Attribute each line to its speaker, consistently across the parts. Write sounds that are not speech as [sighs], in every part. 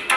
Speaker 1: [laughs]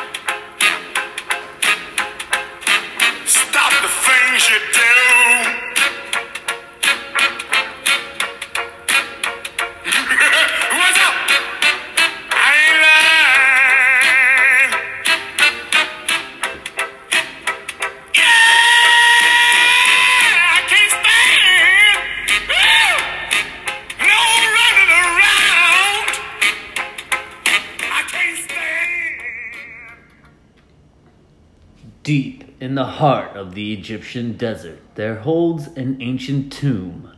Speaker 2: Deep in the heart of the Egyptian desert, there holds an ancient tomb.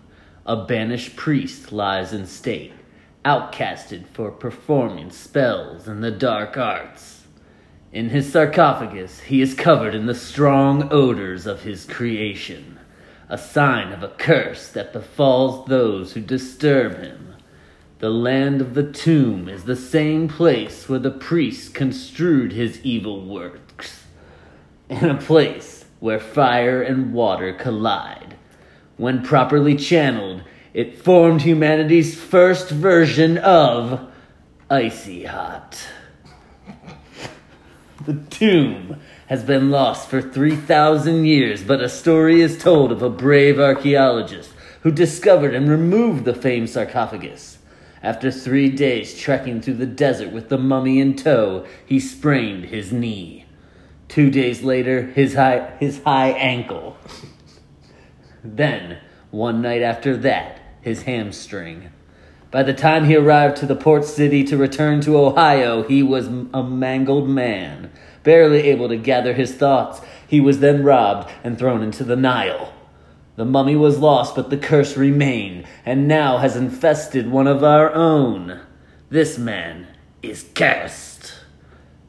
Speaker 2: A banished priest lies in state, outcasted for performing spells and the dark arts. In his sarcophagus, he is covered in the strong odors of his creation, a sign of a curse that befalls those who disturb him. The land of the tomb is the same place where the priest construed his evil works in a place where fire and water collide. When properly channeled, it formed humanity's first version of Icy Hot. The tomb has been lost for 3,000 years, but a story is told of a brave archaeologist who discovered and removed the famed sarcophagus. After three days trekking through the desert with the mummy in tow, he sprained his knee. Two days later, his high his high ankle. Then, one night after that, his hamstring. By the time he arrived to the port city to return to Ohio, he was m- a mangled man, barely able to gather his thoughts. He was then robbed and thrown into the Nile. The mummy was lost, but the curse remained, and now has infested one of our own. This man is cursed.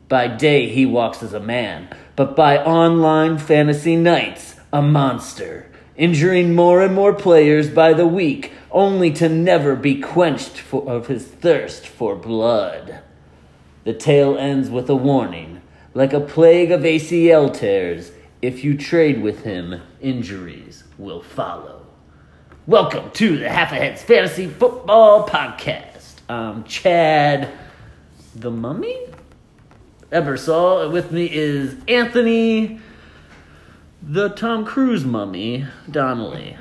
Speaker 2: By day, he walks as a man, but by online fantasy nights, a monster, injuring more and more players by the week, only to never be quenched for, of his thirst for blood. The tale ends with a warning like a plague of ACL tears, if you trade with him, injuries will follow. Welcome to the Half a Heads Fantasy Football Podcast. I'm Chad the Mummy? Ebersol. With me is Anthony, the Tom Cruise mummy, Donnelly.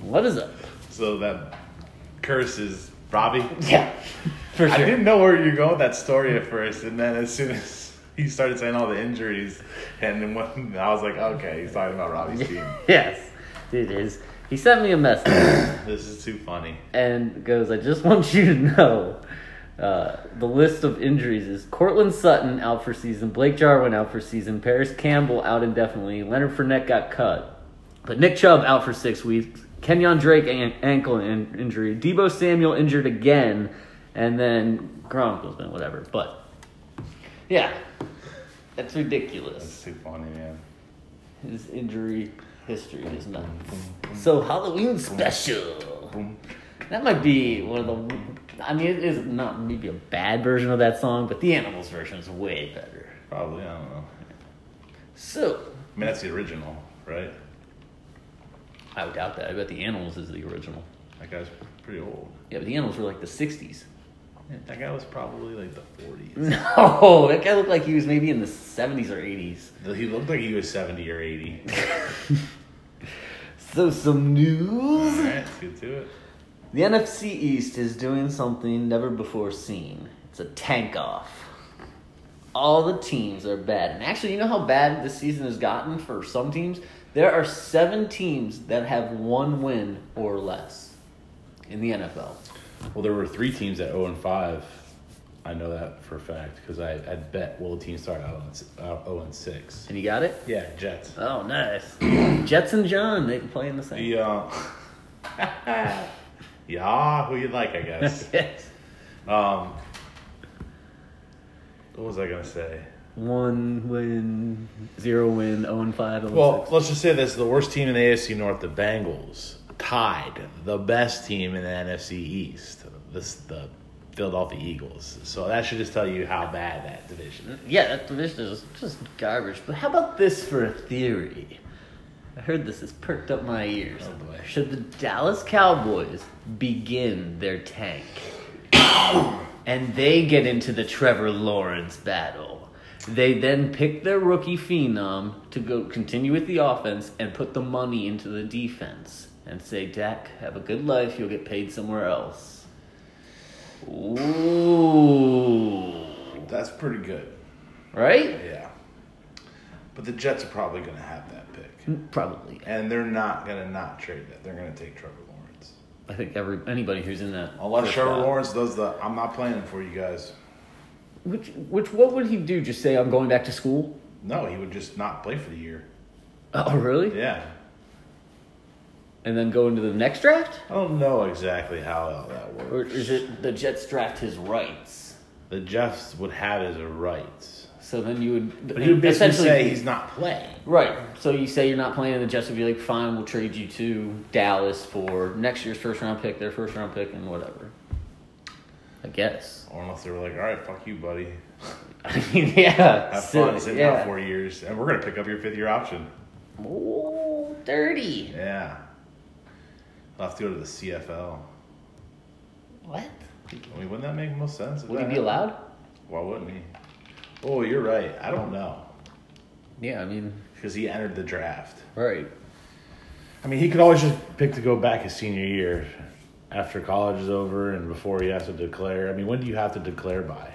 Speaker 2: What is up?
Speaker 1: So that curse is Robbie.
Speaker 2: Yeah,
Speaker 1: [laughs]
Speaker 2: for
Speaker 1: I
Speaker 2: sure.
Speaker 1: didn't know where you go with that story at first, and then as soon as he started saying all the injuries, and then when, I was like, okay, he's talking about Robbie's team.
Speaker 2: Yes, it is. He sent me a message
Speaker 1: [laughs] This is too funny.
Speaker 2: and goes, I just [laughs] want you to know uh, the list of injuries is Cortland Sutton out for season, Blake Jarwin out for season, Paris Campbell out indefinitely, Leonard Fournette got cut, but Nick Chubb out for six weeks, Kenyon Drake an- ankle in- injury, Debo Samuel injured again, and then Gronk was been whatever. But yeah, that's ridiculous.
Speaker 1: It's too funny, man.
Speaker 2: His injury history is nuts. So Halloween special.
Speaker 1: Boom.
Speaker 2: That might be one of the. I mean, it is not maybe a bad version of that song, but the Animals version is way better.
Speaker 1: Probably, I don't know.
Speaker 2: So
Speaker 1: I mean, that's the original, right?
Speaker 2: I would doubt that. I bet the Animals is the original.
Speaker 1: That guy's pretty old.
Speaker 2: Yeah, but the Animals were like the '60s.
Speaker 1: Yeah, that guy was probably like the 40s.
Speaker 2: [laughs] No, that guy looked like he was maybe in the '70s or '80s.
Speaker 1: he looked like he was 70 or [laughs] 80.
Speaker 2: So some
Speaker 1: all
Speaker 2: news.
Speaker 1: right, let's get to it.
Speaker 2: The NFC East is doing something never before seen. It's a tank off. All the teams are bad. And actually, you know how bad this season has gotten for some teams? There are seven teams that have one win or less in the NFL.
Speaker 3: Well, there were three teams at 0 and 5. I know that for a fact because I, I bet Will team started
Speaker 1: oh
Speaker 3: out on s-
Speaker 1: uh,
Speaker 3: out 0 and 6.
Speaker 2: And you got it?
Speaker 1: Yeah, Jets.
Speaker 2: Oh, nice. Jets and John, they play in the same.
Speaker 1: The, uh, [laughs] yeah, who you like, I [laughs] guess.
Speaker 2: Yes.
Speaker 1: Um, what was I gonna say?
Speaker 2: [laughs] One win, zero win, 0 and 5. 0 and
Speaker 1: Well, let's just say this: the worst team in the AFC North, the Bengals, tied the best team in the NFC East, this the Philadelphia Eagles. So that should just tell you how bad that division. is.
Speaker 2: Yeah, that division is just garbage. But how about this for a theory? I heard this, it's perked up my ears.
Speaker 1: Oh, boy.
Speaker 2: Should the Dallas Cowboys begin their
Speaker 1: [coughs]
Speaker 2: tank? and they get into the Trevor Lawrence battle. They then pick their rookie phenom to go continue with the offense and put the money into the defense and say, Dak, have a good life, you'll get paid somewhere else. Ooh.
Speaker 1: That's pretty good.
Speaker 2: Right?
Speaker 1: Yeah, but the Jets are probably gonna have that pick,
Speaker 2: Probably.
Speaker 1: and they're not gonna not trade that. They're gonna take Trevor Lawrence,
Speaker 2: I think every anybody who's in that
Speaker 1: unless
Speaker 2: first
Speaker 1: Trevor
Speaker 2: round.
Speaker 1: Lawrence does the "I'm not playing for you guys."
Speaker 2: Which which what would he do? Just say I'm going back to school? [laughs]
Speaker 1: No, he would just not play for the year.
Speaker 2: Oh, really?
Speaker 1: Yeah.
Speaker 2: And then go into the next draft?
Speaker 1: I don't know exactly how all that works.
Speaker 2: Or is it the Jets draft his rights?
Speaker 1: The Jeffs would have his rights.
Speaker 2: So then you would.
Speaker 1: But he would basically say he's not playing.
Speaker 2: Right. So you say you're not playing, and the Jets would be like, fine, we'll trade you to Dallas for next year's first round pick, their first round pick, and whatever. I guess. [laughs]
Speaker 1: Or unless they were like, all right, fuck you, buddy.
Speaker 2: I mean, yeah.
Speaker 1: Have
Speaker 2: so-
Speaker 1: fun. Sit down four years. And we're going to pick up your fifth year option.
Speaker 2: Ooh, dirty.
Speaker 1: Yeah. I'll have to go to the CFL.
Speaker 2: What?
Speaker 1: I mean, wouldn't that make most sense? if
Speaker 2: Would he
Speaker 1: that
Speaker 2: be allowed?
Speaker 1: happened? Why wouldn't he? Oh, you're right. I don't know.
Speaker 2: Yeah, I mean,
Speaker 1: Because he entered the draft.
Speaker 2: right.
Speaker 1: I mean, he could always just pick to go back his senior year after college is over and before he has to declare. I mean, when do you have to declare by?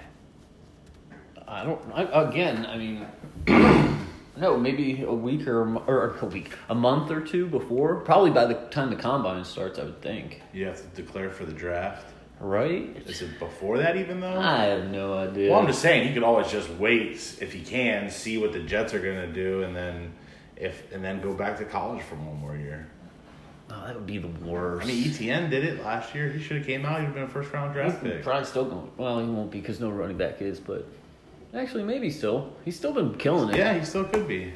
Speaker 2: I don't. I, again, I mean, [clears throat] no, maybe a week or a, mo- or a week, a month or two before. Probably by the time the combine starts, I would think.
Speaker 1: You have to declare for the draft.
Speaker 2: Right?
Speaker 1: Is it before that even though?
Speaker 2: I have no idea.
Speaker 1: Well, I'm just saying he could always just wait if he can, see what the Jets are going to do, and then if and then go back to college for one more year.
Speaker 2: oh, that would be the worst.
Speaker 1: I mean, ETN did it last year. He should have came out. He'd have been a first round draft
Speaker 2: He's
Speaker 1: pick.
Speaker 2: probably still going. Well, he won't be because no running back is, but actually, maybe still. He's still been killing it.
Speaker 1: Yeah, he still could be.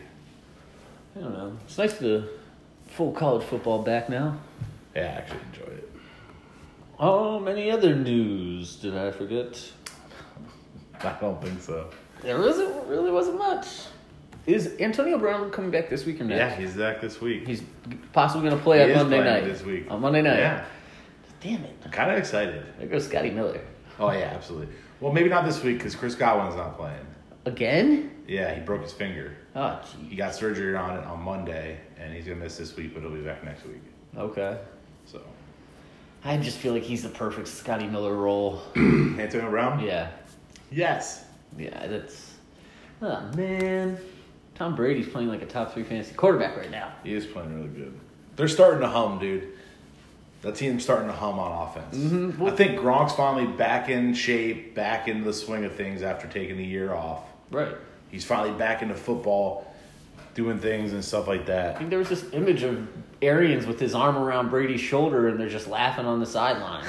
Speaker 2: I don't know. It's nice to full college football back now.
Speaker 1: Yeah, I actually enjoy it.
Speaker 2: Um, any other news did I forget?
Speaker 1: I don't think so.
Speaker 2: There isn't really wasn't much. Is Antonio Brown coming back this week or next?
Speaker 1: Yeah, he's back this week.
Speaker 2: He's possibly going to play
Speaker 1: He
Speaker 2: on
Speaker 1: is
Speaker 2: Monday
Speaker 1: playing
Speaker 2: night.
Speaker 1: this week.
Speaker 2: On Monday night.
Speaker 1: Yeah,
Speaker 2: Damn it.
Speaker 1: I'm kind of excited.
Speaker 2: There goes Scotty Miller.
Speaker 1: Oh yeah, absolutely. Well, maybe not this week because Chris Godwin's not playing.
Speaker 2: Again?
Speaker 1: Yeah, he broke his finger.
Speaker 2: Oh,
Speaker 1: He
Speaker 2: gee.
Speaker 1: got surgery on it on Monday, and he's gonna miss this week, but he'll be back next week.
Speaker 2: Okay.
Speaker 1: So, [clears throat]
Speaker 2: I just feel like he's the perfect Scotty Miller role.
Speaker 1: Antonio Brown.
Speaker 2: [clears throat] yeah.
Speaker 1: Yes.
Speaker 2: Yeah, that's. Oh, man. Tom Brady's playing like a top three fantasy quarterback right now.
Speaker 1: He is playing really good. They're starting to hum, dude. That team's starting to hum on offense. I think Gronk's finally back in shape, back in the swing of things after taking the year off.
Speaker 2: Right.
Speaker 1: He's finally back into football, doing things and stuff like
Speaker 2: I
Speaker 1: that.
Speaker 2: think there was this image of Arians with his arm around Brady's shoulder and they're just laughing on
Speaker 1: [laughs]
Speaker 2: the sideline.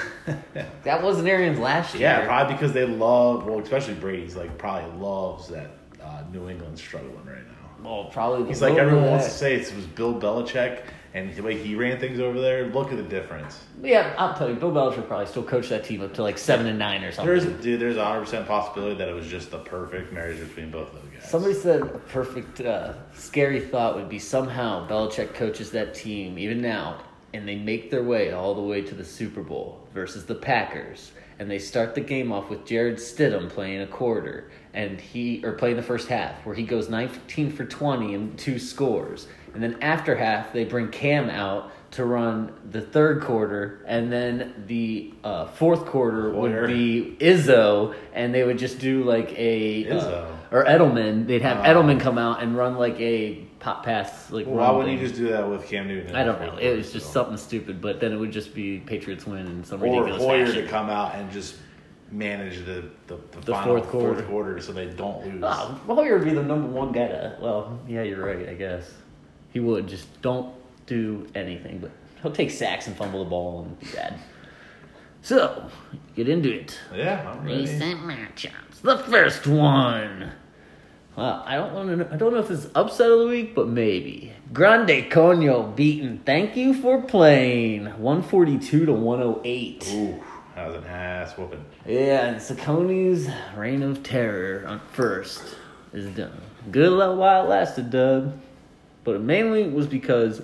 Speaker 2: that wasn't Arians last year.
Speaker 1: Yeah, probably because they love, well, especially Brady's like probably loves that uh, New England's struggling right now.
Speaker 2: Well, probably. the
Speaker 1: He's like
Speaker 2: lower
Speaker 1: everyone wants
Speaker 2: that-
Speaker 1: to say it was Bill Belichick and the way he ran things over there. Look at the difference.
Speaker 2: Yeah, I'll tell you, Bill Belichick probably still coached that team up to like seven and nine or something.
Speaker 1: There's dude, there's a hundred percent possibility that it was just the perfect marriage between both of those guys.
Speaker 2: Somebody said a perfect, uh, scary thought would be somehow Belichick coaches that team even now, and they make their way all the way to the Super Bowl versus the Packers, and they start the game off with Jared Stidham playing a quarter, and he or playing the first half where he goes 19 for 20 and two scores, and then after half they bring Cam out to run the third quarter, and then the uh, fourth quarter would
Speaker 1: Quarter.
Speaker 2: be Izzo, and they would just do like a uh,
Speaker 1: Izzo.
Speaker 2: or Edelman. They'd have
Speaker 1: Oh.
Speaker 2: Edelman come out and run like a pop pass, like
Speaker 1: Why
Speaker 2: run
Speaker 1: wouldn't
Speaker 2: thing.
Speaker 1: you just do that with Cam Newton?
Speaker 2: I don't know. It was just
Speaker 1: so
Speaker 2: something stupid, but then it would just be Patriots win in some
Speaker 1: or
Speaker 2: ridiculous
Speaker 1: Hoyer
Speaker 2: fashion.
Speaker 1: to come out and just manage the the, the,
Speaker 2: The
Speaker 1: final
Speaker 2: fourth quarter.
Speaker 1: so they don't lose.
Speaker 2: Oh, Hoyer would be the number one guy to. Well, yeah, you're right. I guess he would just don't do anything, but he'll take sacks and fumble the ball and be bad. So get into it.
Speaker 1: Yeah, I'm ready.
Speaker 2: Recent matchups. The first one. Well, I don't want to. Know, I don't know if this is upset of the week, but maybe Grande Coño beaten. Thank you for playing. One forty-two to one hundred eight.
Speaker 1: Ooh, that was an ass whooping.
Speaker 2: Yeah, and Sacconi's reign of terror on first is done. Good luck while it lasted, Doug. But it mainly was because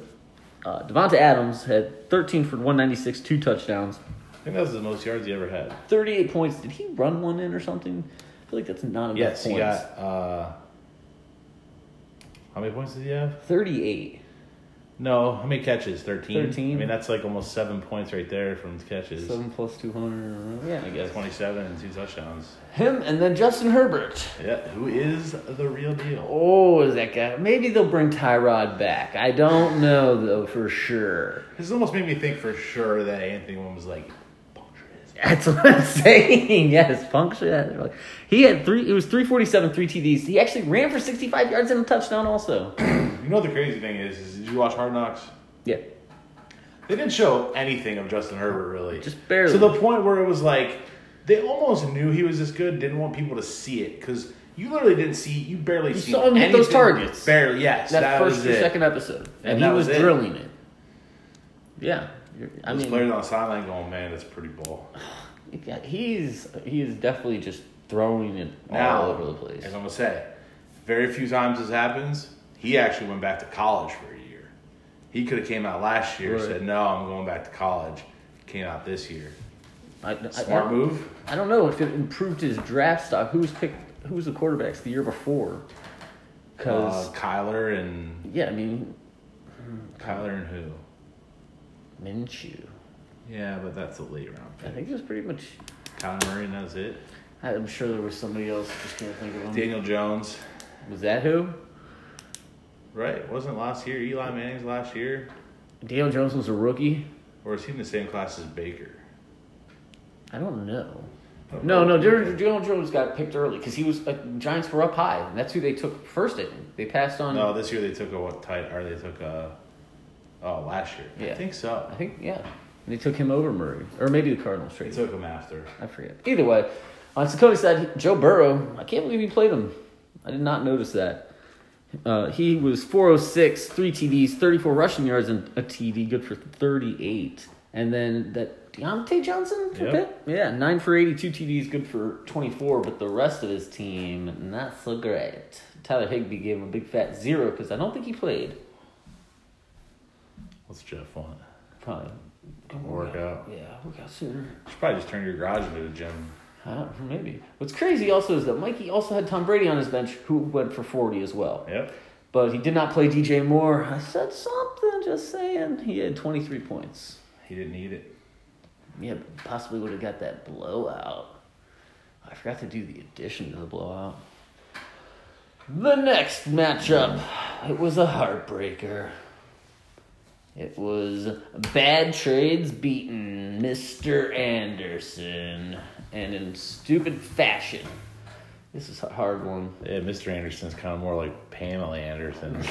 Speaker 2: uh, Devonta Adams had thirteen for one ninety-six, two touchdowns.
Speaker 1: I think that was the most yards he ever had.
Speaker 2: 38 points. Did he run one in or something? I feel like that's not enough
Speaker 1: Yes, he
Speaker 2: points.
Speaker 1: got. uh How many points did he have?
Speaker 2: 38.
Speaker 1: No, how many catches? Thirteen.
Speaker 2: 13.
Speaker 1: I mean, that's like almost seven points right there from catches.
Speaker 2: 7 plus 200. Yeah, I guess.
Speaker 1: Twenty-seven and two touchdowns.
Speaker 2: Him and then Justin Herbert.
Speaker 1: Yeah, who is the real deal?
Speaker 2: Oh, is that guy? Maybe they'll bring Tyrod back. I don't know, though, for sure.
Speaker 1: This almost made me think for sure that Anthony Wynn was like, puncture his
Speaker 2: That's [laughs] what I'm saying. Yes, puncture. He had three. It was three forty-seven, three TDs. He actually ran for sixty-five yards and a touchdown. Also,
Speaker 1: You know what the crazy thing is? is did you watch Hard Knocks?
Speaker 2: yeah,
Speaker 1: They didn't show anything of Justin Herbert really,
Speaker 2: Just barely.
Speaker 1: To the point where it was like they almost knew he was this good, didn't want people to see it because you literally didn't see. You barely
Speaker 2: You
Speaker 1: seen
Speaker 2: saw him hit those
Speaker 1: anything.
Speaker 2: targets.
Speaker 1: Barely, yes.
Speaker 2: that,
Speaker 1: That,
Speaker 2: first
Speaker 1: was
Speaker 2: or
Speaker 1: it.
Speaker 2: second episode, and, he
Speaker 1: that
Speaker 2: was,
Speaker 1: was it.
Speaker 2: drilling it. Yeah, You're- I
Speaker 1: Those
Speaker 2: mean,
Speaker 1: players on the sideline going, man, that's pretty ball.
Speaker 2: yeah, he's he is definitely just throwing it
Speaker 1: now,
Speaker 2: all over the place.
Speaker 1: As I'm gonna say, very few times this happens. He actually went back to college for a year. He could have came out last year,
Speaker 2: Right.
Speaker 1: said no, I'm going back to college. Came out this year.
Speaker 2: I, I-
Speaker 1: Smart
Speaker 2: I,
Speaker 1: move. Uh,
Speaker 2: I don't know if it improved his draft stock. Who's picked? Who's the quarterbacks the year before? Because
Speaker 1: Uh, Kyler and
Speaker 2: yeah, I mean
Speaker 1: Kyler and who?
Speaker 2: Minshew.
Speaker 1: Yeah, but that's a late round
Speaker 2: I
Speaker 1: pick.
Speaker 2: think it was pretty much.
Speaker 1: Kyler Murray, and that's it.
Speaker 2: Mm-hmm. I'm sure there was somebody else. Just can't think of him.
Speaker 1: Daniel Jones,
Speaker 2: Was that who?
Speaker 1: right? Wasn't last year Eli Manning's last year,
Speaker 2: Daniel Jones was a rookie.
Speaker 1: or is he in the same class as Baker?
Speaker 2: I don't know. No, no, Daniel Daniel Jones got picked early because he was uh, Giants were up high, and that's who they took first. I think they passed on.
Speaker 1: No, this year they took a what tight? Or they took a oh last year?
Speaker 2: Yeah.
Speaker 1: I think so.
Speaker 2: I think yeah, they took him over Murray, or maybe the Cardinals
Speaker 1: They
Speaker 2: traded.
Speaker 1: took him after.
Speaker 2: I forget. Either way, on Sakonis side, Joe Burrow, I can't believe he played him. I did not notice that. Uh, he was 406, 3 TDs, 34 rushing yards, and a TD, good for 38. And then that Deontay Johnson for
Speaker 1: Yep.
Speaker 2: Pitt? Yeah, 9 for 82 TDs, good for 24, but the rest of his team, not so great. Tyler Higbee gave him a big fat zero because I don't think he played.
Speaker 1: What's Jeff want?
Speaker 2: Probably.
Speaker 1: Work out.
Speaker 2: Yeah, work out sooner.
Speaker 1: You should probably just turn your garage into a gym.
Speaker 2: I don't know, Uh, maybe. What's crazy also is that Mikey also had Tom Brady on his bench, who went for 40 as well.
Speaker 1: Yep.
Speaker 2: But he did not play DJ Moore. I said something, just saying. He had 23 points.
Speaker 1: He didn't need it.
Speaker 2: Yeah, but possibly would have got that blowout. I forgot to do the addition to the blowout. The next matchup. It was a heartbreaker. It was Bad Trades beaten Mr. Anderson. And in stupid fashion. This is a hard one.
Speaker 1: Yeah, Mr. Anderson's kind of more like Pamela [laughs] Anderson.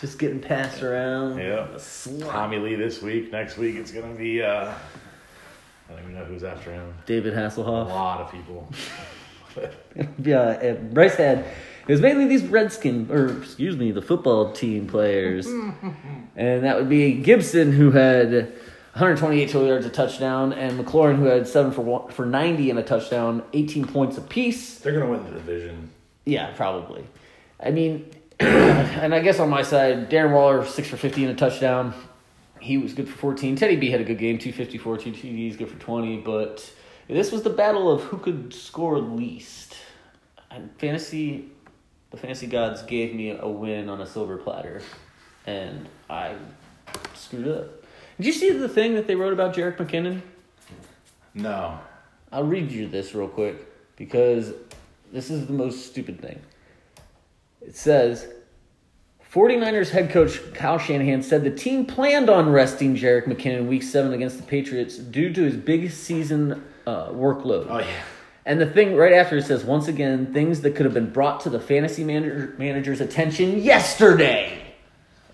Speaker 2: Just getting passed around.
Speaker 1: Yeah.
Speaker 2: A slop.
Speaker 1: Tommy Lee this week. Next week it's gonna be. uh I don't even know who's after him.
Speaker 2: David
Speaker 1: A
Speaker 2: Hasselhoff.
Speaker 1: lot of people.
Speaker 2: Yeah, uh, Bryce had. It was mainly these Redskin, or excuse me, the football team players, and that would be Gibson, who had 128 total yards, a touchdown, and McLaurin, who had seven for one, for 90 and a touchdown, 18 points apiece.
Speaker 1: They're gonna win the division.
Speaker 2: Yeah, probably. I mean, [clears throat] and I guess on my side, Darren Waller six for 50 and a touchdown. He was good for 14. Teddy B had a good game, 254, two TDs, good for 20. But this was the battle of who could score least. And fantasy, the fantasy gods gave me a win on a silver platter, and I screwed up. Did you see the thing that they wrote about Jarek McKinnon?
Speaker 1: No.
Speaker 2: I'll read you this real quick because this is the most stupid thing. It says 49ers head coach Kyle Shanahan said the team planned on resting Jarek McKinnon week seven against the Patriots due to his big season uh, workload.
Speaker 1: Oh yeah.
Speaker 2: And the thing right after it says, once again, things that could have been brought to the fantasy manager, manager's attention yesterday.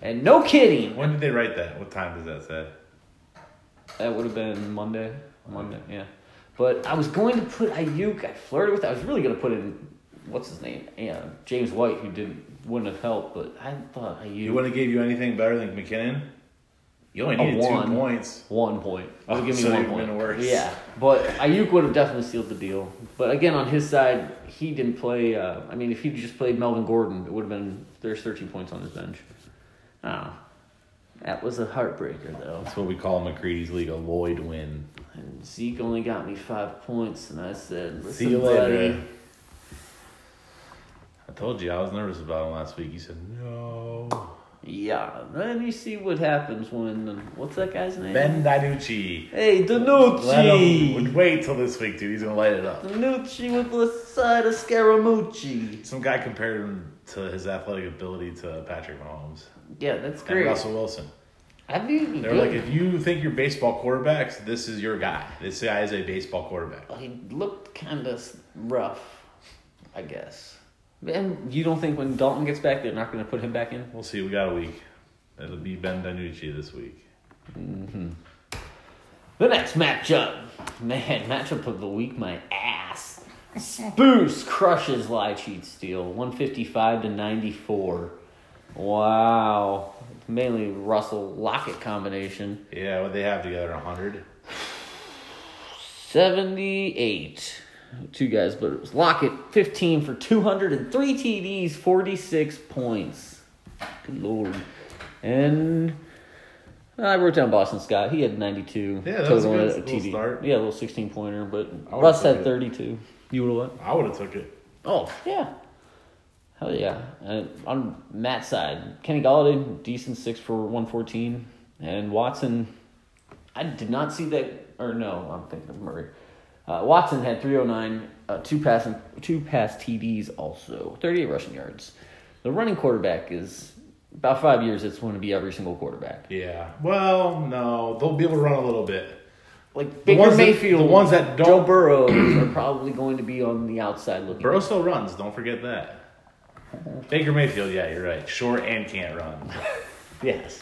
Speaker 2: And no kidding.
Speaker 1: When did they write that? What time does that say?
Speaker 2: That would have been Monday.
Speaker 1: Oh,
Speaker 2: Monday, yeah. But I was going to put Ayuk. I flirted with. I was really going to put in what's his name, yeah, James White, who didn't wouldn't have helped. But I thought
Speaker 1: You
Speaker 2: Ayuk
Speaker 1: wouldn't have gave you anything better than McKinnon? You only
Speaker 2: A
Speaker 1: needed
Speaker 2: one.
Speaker 1: two points. Oh,
Speaker 2: one point. It would give me
Speaker 1: so
Speaker 2: one
Speaker 1: you've
Speaker 2: point.
Speaker 1: been worse.
Speaker 2: Yeah, but Ayuk would have definitely sealed the deal. But again, on his side, he didn't play. Uh, I mean, if he just played Melvin Gordon, it would have been there's 13 points on his bench. Oh, that was a heartbreaker though.
Speaker 1: That's what we call McCready's league, a Lloyd win.
Speaker 2: And Zeke only got me five points, and I said, Listen,
Speaker 1: See you later.
Speaker 2: buddy."
Speaker 1: I told you I was nervous about him last week. You said no.
Speaker 2: Yeah, then you see what happens when um, what's that guy's name?
Speaker 1: Ben Danucci.
Speaker 2: Hey,
Speaker 1: Let him
Speaker 2: Danucci.
Speaker 1: wait till this week, dude. He's gonna light it up.
Speaker 2: Danucci with the side of Scaramucci.
Speaker 1: Some guy compared him to his athletic ability to Patrick Mahomes
Speaker 2: Yeah, that's
Speaker 1: and
Speaker 2: great.
Speaker 1: Russell Wilson.
Speaker 2: I've even
Speaker 1: They're like, if you think you're baseball quarterbacks, this is your guy. This guy is a baseball quarterback.
Speaker 2: he looked kind of rough, I guess. And you don't think when Dalton gets back, they're not going to put him back in?
Speaker 1: We'll see. We got a week. It'll be Ben DiNucci this week.
Speaker 2: The next matchup, man, [laughs] matchup of the week, my ass. Spoose crushes lie cheat steal, one fifty five to ninety four. Wow, mainly Russell Lockett combination.
Speaker 1: Yeah, what they have together, 100.
Speaker 2: Seventy eight, two guys, but it was Lockett fifteen for two hundred and three TDs, forty six points. Good lord, and. I wrote down Boston Scott. He had 92
Speaker 1: Yeah, that was a
Speaker 2: total
Speaker 1: good
Speaker 2: of
Speaker 1: little start.
Speaker 2: Yeah, a little 16 pointer, but
Speaker 1: would've
Speaker 2: Russ
Speaker 1: took
Speaker 2: had
Speaker 1: it.
Speaker 2: 32. You would have what?
Speaker 1: I would have took it.
Speaker 2: Oh, yeah. Hell yeah. Uh, on Matt's side, Kenny Galladay, decent 6 for 114. And Watson, I did not see that. Or no, I'm thinking of Murray. Uh, Watson had 309, uh, two, pass, two pass TDs also, 38 rushing yards. The running quarterback is about five years, it's going to be every single quarterback.
Speaker 1: Yeah. Well, no, they'll be able to run a little bit.
Speaker 2: Like
Speaker 1: The
Speaker 2: Baker
Speaker 1: ones that-
Speaker 2: Mayfield,
Speaker 1: the ones that
Speaker 2: Joe
Speaker 1: don't-
Speaker 2: Burrow are probably going to be on the outside looking.
Speaker 1: Burrow still runs. Don't forget that. Baker Mayfield. Yeah, you're right. Short and can't run.
Speaker 2: Yes.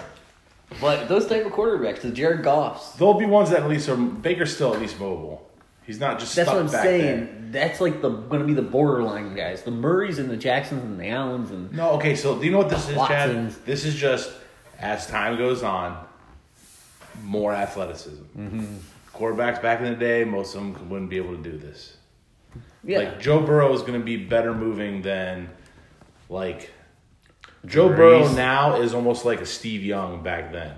Speaker 2: But those type of quarterbacks, the Jared Goffs,
Speaker 1: There'll be ones that at least are Baker's still at least mobile. He's not just
Speaker 2: that's
Speaker 1: stuck
Speaker 2: what I'm
Speaker 1: back
Speaker 2: saying.
Speaker 1: there.
Speaker 2: That's like the gonna be the borderline guys, the Murrays and the Jacksons and the Allens and
Speaker 1: No, okay. So do you know what this is, Chad?
Speaker 2: Watson.
Speaker 1: This is just as time goes on, more athleticism.
Speaker 2: Mm-hmm.
Speaker 1: Quarterbacks back in the day, most of them wouldn't be able to do this.
Speaker 2: yeah,
Speaker 1: Like Joe Burrow is going to be better moving than like Joe Burrow
Speaker 2: Brees.
Speaker 1: now is almost like a Steve Young back then.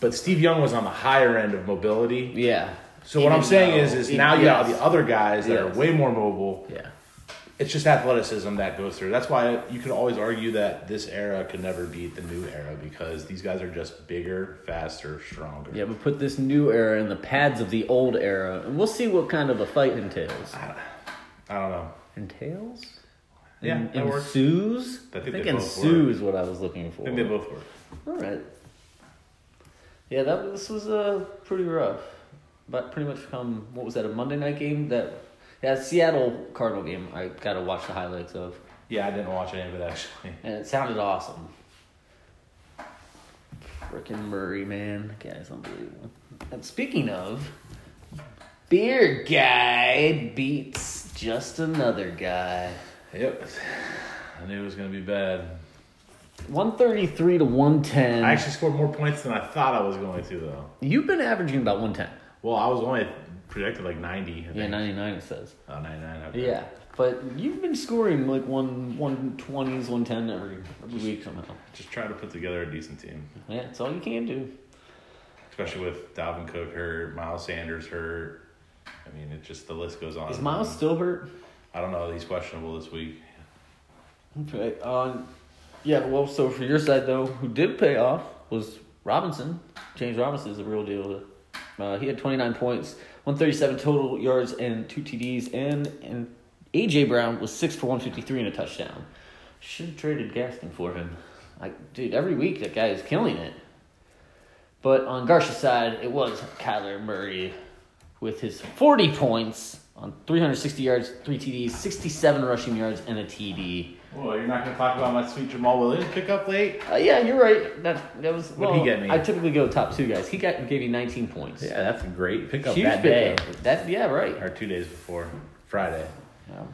Speaker 1: But Steve Young was on the higher end of mobility.
Speaker 2: yeah,
Speaker 1: So what I'm
Speaker 2: Even
Speaker 1: saying
Speaker 2: though-
Speaker 1: is is
Speaker 2: even-
Speaker 1: now you got all
Speaker 2: yes.
Speaker 1: the other guys that
Speaker 2: Yes.
Speaker 1: are way more mobile.
Speaker 2: yeah.
Speaker 1: It's just athleticism that goes through. That's why you can always argue that this era could never beat the new era because these guys are just bigger, faster, stronger.
Speaker 2: Yeah, but put this new era in the pads of the old era, and we'll see what kind of a fight entails.
Speaker 1: I don't know.
Speaker 2: Entails?
Speaker 1: Yeah,
Speaker 2: En-
Speaker 1: that works.
Speaker 2: ensues?
Speaker 1: I
Speaker 2: I
Speaker 1: think
Speaker 2: think,
Speaker 1: they both
Speaker 2: ensues is what I was looking for.
Speaker 1: I think they both work.
Speaker 2: All right. Yeah, that this was uh, pretty rough. But pretty much come what was that a Monday night game that that Seattle Cardinal game I gotta watch the highlights of
Speaker 1: Yeah, I didn't watch any of it actually.
Speaker 2: and it sounded awesome. Frickin' Murray, man, that guy's unbelievable. And speaking of, beer guy beats just another guy.
Speaker 1: Yep. I knew it was gonna be bad.
Speaker 2: One thirty three to one ten.
Speaker 1: I actually scored more points than I thought I was going to, though.
Speaker 2: You've been averaging about one ten.
Speaker 1: Well, I was only projected like 90. I
Speaker 2: Yeah,
Speaker 1: think.
Speaker 2: ninety nine it says.
Speaker 1: Oh, 99. Okay.
Speaker 2: Yeah, but you've been scoring like one one twenties, one ten every every week somehow.
Speaker 1: Just trying to put together a decent team,
Speaker 2: Yeah, it's all you can do.
Speaker 1: especially with Dalvin Cook hurt, Miles Sanders hurt. I mean, it just the list goes on.
Speaker 2: Is Miles still hurt?
Speaker 1: I don't know. He's questionable this week.
Speaker 2: Okay. Um, yeah. Well, so for your side though, who did pay off was Robinson. James Robinson is the real deal. Uh, he had twenty nine points, one thirty seven total yards, and two TDs. And and AJ Brown was six for one fifty three and a touchdown. Should have traded Gaston for him. Like, dude, every week that guy is killing it. But on Garsha's side, it was Kyler Murray with his 40 points on 360 yards, 3 TDs, 67 rushing yards, and a TD.
Speaker 1: Well, you're not going to talk about my sweet Jamal Williams pickup late?
Speaker 2: Uh, yeah, you're right. That that was.
Speaker 1: What'd he get me?
Speaker 2: I typically go top two guys. He got gave you 19 points.
Speaker 1: Yeah, that's a great pickup
Speaker 2: huge
Speaker 1: that day.
Speaker 2: pickup. That yeah, right.
Speaker 1: Or two days before, Friday.
Speaker 2: Um,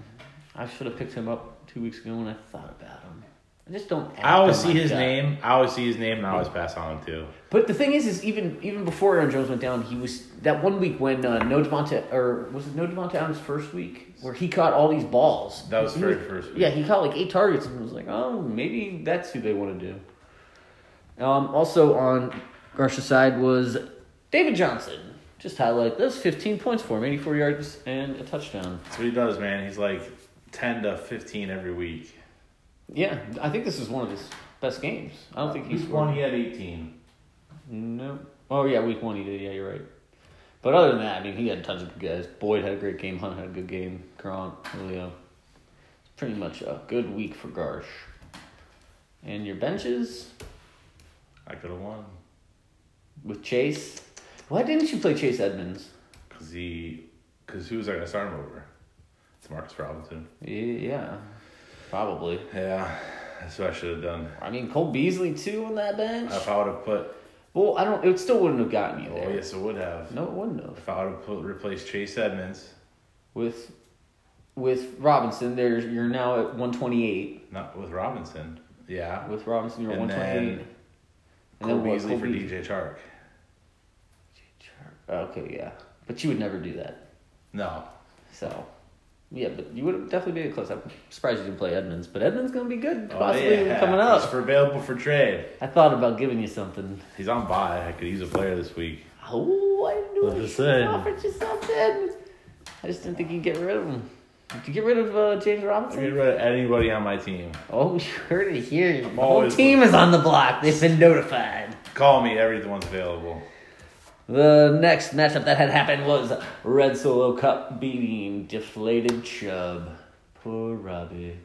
Speaker 2: I should have picked him up two weeks ago when I thought about him. I just don't. act
Speaker 1: I always
Speaker 2: on
Speaker 1: see
Speaker 2: Oh my
Speaker 1: his
Speaker 2: gut.
Speaker 1: name. I always see his name, and I always pass on him too.
Speaker 2: But the thing is, is even even before Aaron Jones went down, he was that one week when uh, no Devonta or was it no Devonta Adams first week where he caught all these balls.
Speaker 1: That was
Speaker 2: He
Speaker 1: very first week.
Speaker 2: Yeah, he caught like eight targets and was like, oh, maybe that's who they want to do. Um, also on Garcia's side was David Johnson. Just highlight those fifteen points for him, eighty four yards and a touchdown.
Speaker 1: That's what he does, man. He's like 10 to 15 every week.
Speaker 2: Yeah, I think this is one of his best games. I don't think he's
Speaker 1: Week one, he had 18.
Speaker 2: No. Oh yeah, week one he did. Yeah, you're right. But other than that, I mean, he had tons of good guys. Boyd had a great game. Hunt had a good game. Grant, Julio. It's pretty much a good week for Garsh. And your benches?
Speaker 1: I could have won.
Speaker 2: with Chase. Why didn't you play Chase Edmonds?
Speaker 1: Because he, because who was our SR over? It's Marcus Robinson.
Speaker 2: Ye- Yeah, probably.
Speaker 1: Yeah, that's what I should have done.
Speaker 2: I mean, Cole Beasley too on that bench.
Speaker 1: If I would have put,
Speaker 2: Well, I don't. It still wouldn't have gotten you
Speaker 1: Uh, oh
Speaker 2: there.
Speaker 1: yes, it would have.
Speaker 2: No, it wouldn't have.
Speaker 1: If I would have put, replaced Chase Edmonds,
Speaker 2: With with Robinson, there's you're now at 128.
Speaker 1: not with Robinson. Yeah,
Speaker 2: With Robinson, you're at
Speaker 1: And
Speaker 2: 128.
Speaker 1: then
Speaker 2: and
Speaker 1: Cole
Speaker 2: then what,
Speaker 1: Beasley
Speaker 2: Cole
Speaker 1: for
Speaker 2: Beasley?
Speaker 1: DJ Chark.
Speaker 2: Sure. Okay, yeah, but you would never do that.
Speaker 1: No,
Speaker 2: So, yeah, but you would have definitely be a close. I'm surprised you didn't play Edmonds, but Edmonds gonna be good
Speaker 1: Oh,
Speaker 2: possibly
Speaker 1: yeah.
Speaker 2: coming
Speaker 1: He's
Speaker 2: up.
Speaker 1: for available for trade.
Speaker 2: I thought about giving you something.
Speaker 1: He's on bye. I could use a player this week.
Speaker 2: Oh, I knew
Speaker 4: I'm
Speaker 2: it.
Speaker 4: just saying.
Speaker 2: You offered you something. I just didn't think you'd get rid of him. Did you get rid of uh, James
Speaker 1: I
Speaker 2: Robinson?
Speaker 1: could rid of anybody on my team.
Speaker 2: Oh, you heard it here. The whole
Speaker 1: always
Speaker 2: team is on the block. They've been notified.
Speaker 1: Call me. Everyone's available.
Speaker 2: The next matchup that had happened was Red Solo Cup beating Deflated Chubb. Poor Robbie.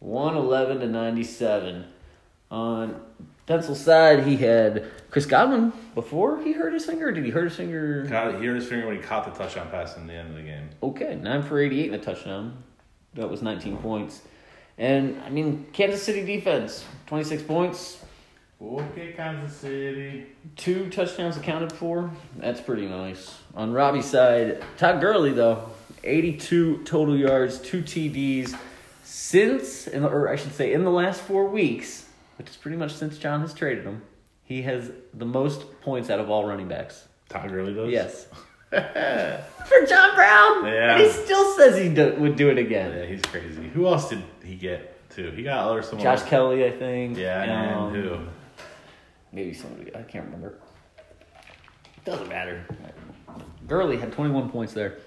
Speaker 2: 111 to 97. On Denzel's side, he had Chris Godwin before he hurt his finger. Did he hurt his finger?
Speaker 1: Got he hurt his finger when he caught the touchdown pass in the end of the game.
Speaker 2: Okay, 9 for 88 and a touchdown. That was 19 points. And, I mean, Kansas City defense, 26 points,
Speaker 1: Okay, Kansas City.
Speaker 2: Two touchdowns accounted for. That's pretty nice. On Robbie's side, Todd Gurley though, 82 total yards, two TDs since, in the- or I should say, in the last four weeks, which is pretty much since John has traded him. He has the most points out of all running backs.
Speaker 1: Todd Gurley does.
Speaker 2: Yes. For John Brown,
Speaker 1: Yeah.
Speaker 2: and he still says he do- would do it again.
Speaker 1: Yeah, he's crazy. Who else did he get? Too. He got other someone.
Speaker 2: Josh
Speaker 1: else.
Speaker 2: Kelly, I think.
Speaker 1: Yeah,
Speaker 2: Um,
Speaker 1: and who?
Speaker 2: Maybe somebody I can't remember. Doesn't matter. Gurley had 21 points there.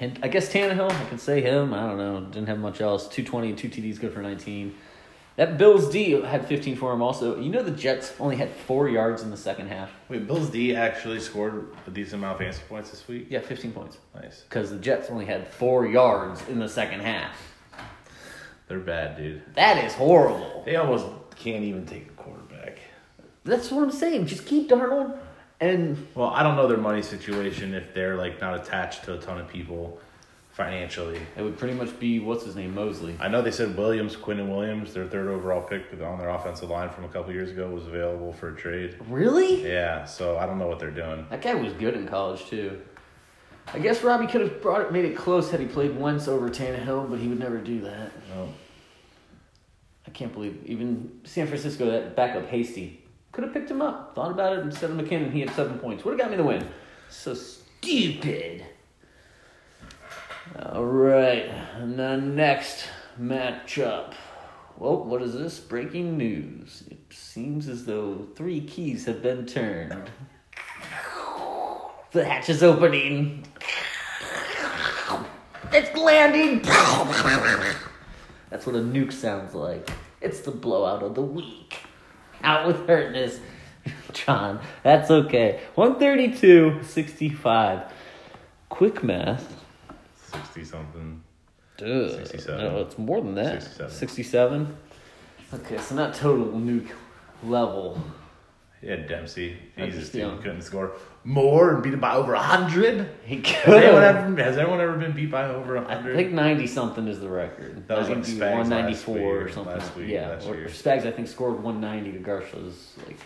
Speaker 2: And I guess Tannehill, I can say him. I don't know. Didn't have much else. 220 and two TDs, good for 19. That Bills D had 15 for him also. You know the Jets only had four yards in the second half?
Speaker 1: Wait, Bills D actually scored a decent amount of fantasy points this week.
Speaker 2: Yeah, 15 points.
Speaker 1: Nice.
Speaker 2: Because the Jets only had four yards in the second half.
Speaker 1: They're bad, dude.
Speaker 2: That is horrible.
Speaker 1: They almost can't even take a quarterback.
Speaker 2: That's what I'm saying. Just keep Darnold and
Speaker 1: Well, I don't know their money situation if they're like not attached to a ton of people financially.
Speaker 2: it would pretty much be what's his name, Mosley.
Speaker 1: I know they said Williams, Quinn and Williams, their third overall pick on their offensive line from a couple years ago was available for a trade.
Speaker 2: Really?
Speaker 1: Yeah, so I don't know what they're doing.
Speaker 2: That guy was good in college too. I guess Robbie could have brought it, made it close had he played once over Tannehill, but he would never do that.
Speaker 1: No.
Speaker 2: I can't believe even San Francisco that backup Hasty could have picked him up. Thought about it and said to McKinnon he had seven points. Would have got me the win. So stupid. All right, the next matchup. Well, what is this? Breaking news. It seems as though three keys have been turned. The hatch is opening. It's landing. That's what a nuke sounds like. It's the blowout of the week. Out with hurtness. John, that's okay. 132, 65. Quick math.
Speaker 1: 60 something.
Speaker 2: Duh.
Speaker 1: 67.
Speaker 2: No, it's more than that.
Speaker 1: 67.
Speaker 2: 67? Okay, so not total nuke level.
Speaker 1: Yeah, Dempsey.
Speaker 2: That's
Speaker 1: Jesus,
Speaker 2: just
Speaker 1: dude,
Speaker 2: young.
Speaker 1: couldn't score more and beat him by over 100.
Speaker 2: He [laughs]
Speaker 1: Has anyone,
Speaker 2: could.
Speaker 1: ever, has anyone ever been beat by over 100?
Speaker 2: I think 90 something is the record.
Speaker 1: That was like
Speaker 2: 90,
Speaker 1: Spags last
Speaker 2: 194 or
Speaker 1: week,
Speaker 2: something.
Speaker 1: last week,
Speaker 2: yeah,
Speaker 1: last
Speaker 2: or
Speaker 1: year.
Speaker 2: Spags, I think, scored 190 to Garcia's like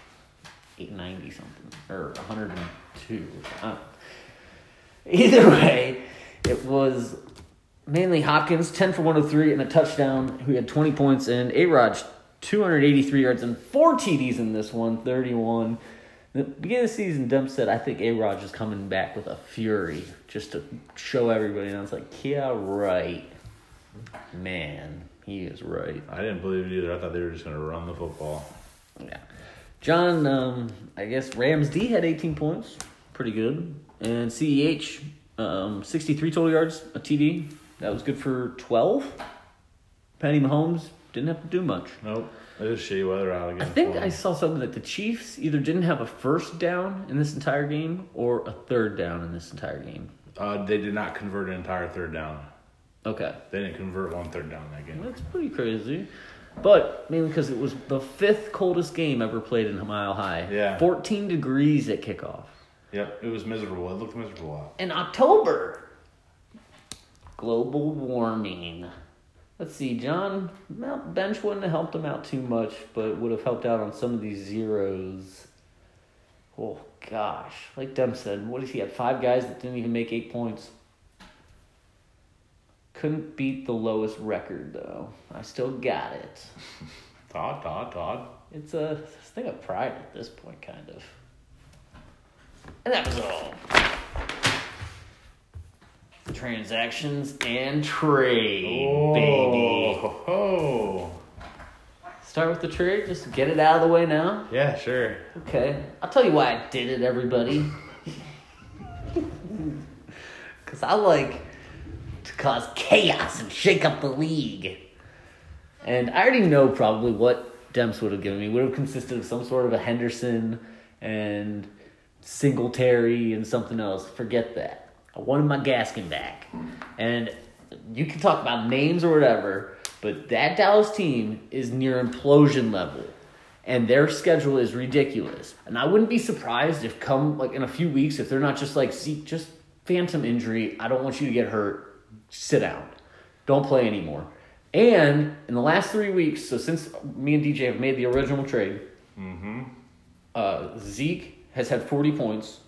Speaker 2: 890 something or 102. I don't- [laughs] Either way, it was mainly Hopkins, 10 for 103 and a touchdown, who had 20 points, and A Raj, 283 yards and four TDs in this one, 31. The beginning of the season, Dump said, I think A Raj is coming back with a fury just to show everybody. And I was like, yeah, right. Man, he is right.
Speaker 1: I didn't believe it either. I thought they were just going to run the football.
Speaker 2: Yeah. John, um, I guess Rams D had 18 points. Pretty good. And CEH, um, 63 total yards, a TD. That was good for 12. Patty Mahomes didn't have to do much.
Speaker 1: Nope. It was shitty weather out again.
Speaker 2: I think
Speaker 1: for
Speaker 2: I
Speaker 1: them.
Speaker 2: saw something that the Chiefs either didn't have a first down in this entire game or a third down in this entire game.
Speaker 1: Uh, they did not convert an entire third down.
Speaker 2: Okay.
Speaker 1: They didn't convert one third down that game.
Speaker 2: That's pretty crazy. But mainly because it was the fifth coldest game ever played in Mile High.
Speaker 3: Yeah.
Speaker 2: 14 degrees at kickoff.
Speaker 3: Yep, it was miserable. It looked miserable out.
Speaker 2: In October. Global warming. Let's see, John. Mount bench wouldn't have helped him out too much, but would have helped out on some of these zeros. Oh gosh, like Dem said, what if he had five guys that didn't even make eight points? Couldn't beat the lowest record though. I still got it.
Speaker 3: Todd, Todd, Todd.
Speaker 2: It's a, it's a thing of pride at this point, kind of. And that was all. Transactions and trade, baby.
Speaker 3: Oh, oh.
Speaker 2: Start with the trade, just get it out of the way now.
Speaker 3: Yeah, sure.
Speaker 2: Okay. I'll tell you why I did it, everybody. [laughs] Because I like to cause chaos and shake up the league. And I already know probably what Demps would have given me. Would have consisted of some sort of a Henderson and Singletary and something else. Forget that. I wanted my Gaskin back. And you can talk about names or whatever, but that Dallas team is near implosion level. And their schedule is ridiculous. And I wouldn't be surprised if come like in a few weeks, if they're not just like, Zeke, just phantom injury. I don't want you to get hurt. Sit down don't play anymore. And in the last three weeks, so since me and DJ have made the original trade, uh, Zeke has had 40 points.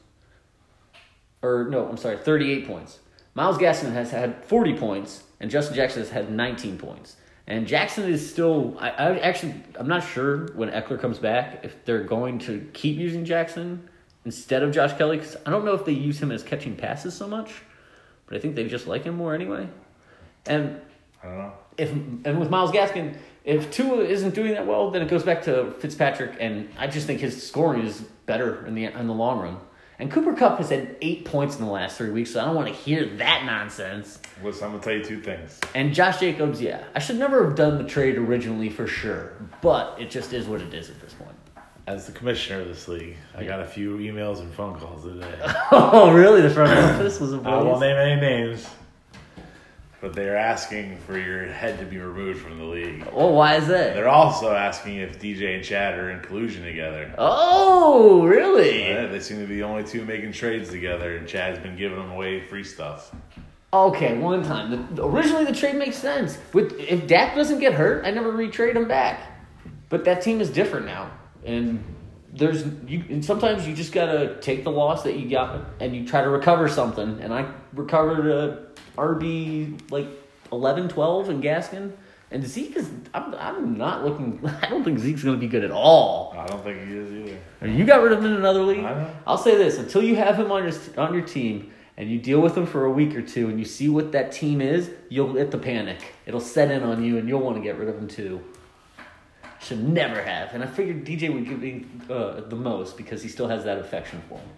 Speaker 2: Or, no, I'm sorry, 38 points. Miles Gaston has had 40 points, and Justin Jackson has had 19 points. And Jackson is still, I, I actually, I'm not sure when Eckler comes back if they're going to keep using Jackson instead of Josh Kelly, because I don't know if they use him as catching passes so much, but I think they just like him more anyway. And
Speaker 3: I don't know.
Speaker 2: if and with Miles Gaskin, if Tua isn't doing that well, then it goes back to Fitzpatrick, and I just think his scoring is better in the in the long run. And Cooper Cup has had eight points in the last three weeks, so I don't want to hear that nonsense.
Speaker 3: Listen, I'm gonna tell you two things.
Speaker 2: And Josh Jacobs, yeah, I should never have done the trade originally for sure, but it just is what it is at this point. [laughs]
Speaker 1: As the commissioner of this league, I got a few emails and phone
Speaker 3: [laughs]
Speaker 1: calls today.
Speaker 2: Oh, really? The front office was a
Speaker 1: I won't
Speaker 2: blaze.
Speaker 1: name any names, but they're asking for your head to be removed from the league.
Speaker 2: Oh, why is that?
Speaker 1: They're also asking if DJ and Chad are in collusion together.
Speaker 2: Oh,
Speaker 1: Yeah,
Speaker 2: really?
Speaker 1: they seem to be the only two making trades together, and Chad's been giving them away free stuff.
Speaker 2: Okay, one time. The- The, originally, the trade makes sense. With if Dak doesn't get hurt, I never retrade him back. But that team is different now, and there's you. And sometimes you just gotta take the loss that you got, and you try to recover something. And I recovered a RB like 11, 12 in Gaskin, and Zeke is. I'm, I'm not looking. [laughs] I don't think Zeke's gonna be good at all.
Speaker 1: I don't think he is either.
Speaker 2: You got rid of him in another league.
Speaker 1: I know.
Speaker 2: I'll say this: until you have him on your on your team and you deal with him for a week or two, and you see what that team is, you'll hit the panic. It'll set in on you, and you'll want to get rid of him too. Should never have. And I figured DJ would give me uh, the most because he still has that affection for him.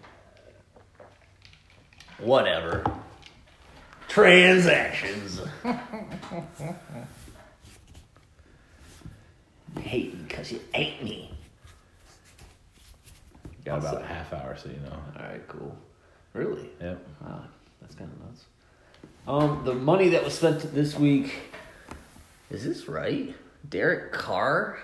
Speaker 2: Whatever. Transactions. hate me because you hate me.
Speaker 3: Got about
Speaker 2: Also-
Speaker 3: a half hour, so you know.
Speaker 2: All right, cool. Really?
Speaker 3: Yep.
Speaker 2: Wow, that's kind of nuts. Um, the money that was spent this week. Is this right? Derek Carr.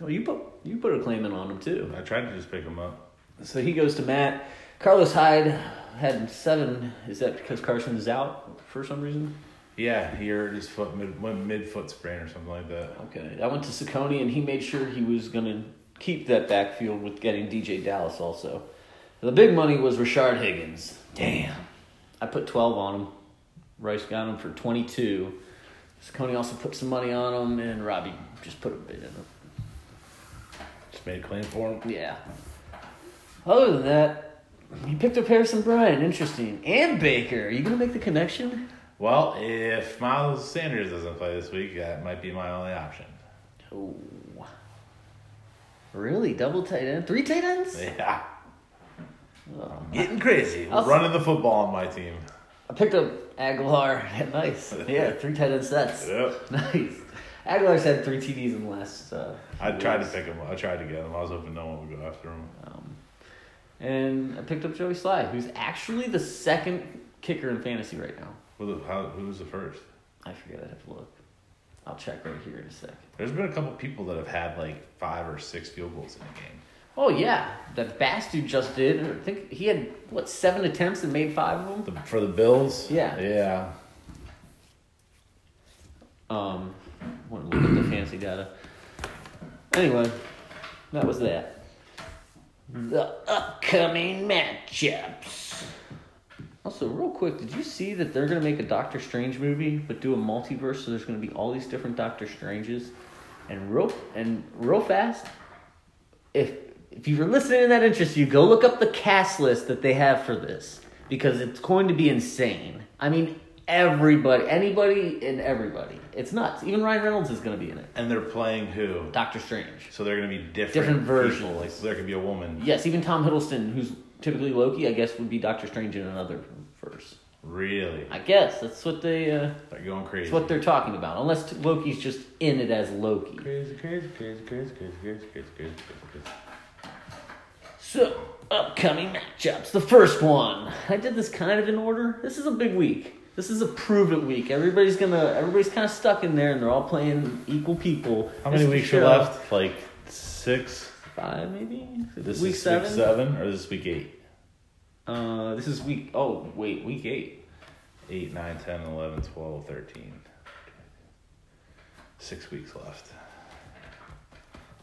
Speaker 2: Oh, you put you put a claim in on him too.
Speaker 3: I tried to just pick him up.
Speaker 2: So he goes to Matt. Carlos Hyde had seven. Is that because Carson is out for some reason?
Speaker 3: Yeah, he hurt his foot mid went mid foot sprain or something like that.
Speaker 2: Okay, I went to Saccone and he made sure he was going to keep that backfield with getting DJ Dallas also. The big money was Rashard Higgins. Damn. I put 12 on him. Rice got him for 22. Saccone also put some money on him and Robbie just put a bit in him.
Speaker 3: Just made a claim for him.
Speaker 2: Yeah. Other than that, you picked up Harrison Bryant. Interesting. And Baker. Are you going to make the connection?
Speaker 3: Well, if Miles Sanders doesn't play this week, that might be my only option. [laughs]
Speaker 2: Oh. Really? Double tight end? Three tight ends?
Speaker 3: Yeah.
Speaker 2: Oh.
Speaker 3: Getting crazy. We're
Speaker 2: I'll-
Speaker 3: running the football on my team.
Speaker 2: I picked up Aguilar. [laughs] nice. Yeah, three tight end sets.
Speaker 3: Yep.
Speaker 2: Nice. Aguilar's had three TDs in the last. Uh,
Speaker 3: I tried to pick him up. I tried to get him. I was hoping no one would go after him.
Speaker 2: Um, and I picked up Joey Sly, who's actually the second kicker in fantasy right now.
Speaker 3: Who the, how, who was the first?
Speaker 2: I forget. I have to look. I'll check right here in a sec.
Speaker 1: There's been a couple people that have had like five or six field goals in a game.
Speaker 2: Oh yeah, that Bastu just did. I think he had what seven attempts and made five of them.
Speaker 1: The, for the Bills?
Speaker 2: Yeah.
Speaker 1: Yeah.
Speaker 2: Um, want to look at the fancy data. Anyway, that was that. The upcoming matchups. Also, real quick, did you see that they're gonna make a Doctor Strange movie, but do a multiverse? So there's gonna be all these different Doctor Stranges, and real and real fast. If if you were listening and that interests you, go look up the cast list that they have for this because it's going to be insane. I mean, everybody, anybody, and everybody. It's nuts. Even Ryan Reynolds is gonna be in it.
Speaker 1: And they're playing who?
Speaker 2: Doctor Strange.
Speaker 1: So they're going to be different.
Speaker 2: Different versions.
Speaker 1: people. Like there could be a woman.
Speaker 2: Yes, even Tom Hiddleston, who's typically Loki, I guess would be Doctor Strange in another verse.
Speaker 1: Really?
Speaker 2: I guess that's what they uh,
Speaker 1: They're going
Speaker 2: that's
Speaker 1: crazy.
Speaker 2: what they're talking about. Unless t- Loki's just in it as Loki.
Speaker 1: Crazy, crazy, crazy, crazy, crazy, crazy, crazy, crazy, crazy.
Speaker 2: So, upcoming matchups. The first one. I did this kind of in order. This is a big week. This is a prove it week. Everybody's gonna. Everybody's kind of stuck in there, and they're all playing equal people.
Speaker 1: How many
Speaker 2: This
Speaker 1: weeks
Speaker 2: could
Speaker 1: are
Speaker 2: show
Speaker 1: left? Like six?
Speaker 2: Five, maybe.
Speaker 1: This
Speaker 2: week
Speaker 1: is
Speaker 2: seven.
Speaker 1: week seven, or this is week eight?
Speaker 2: Uh, this is week. Oh wait, week eight.
Speaker 1: Eight, nine, ten, eleven, twelve, thirteen. Six weeks left.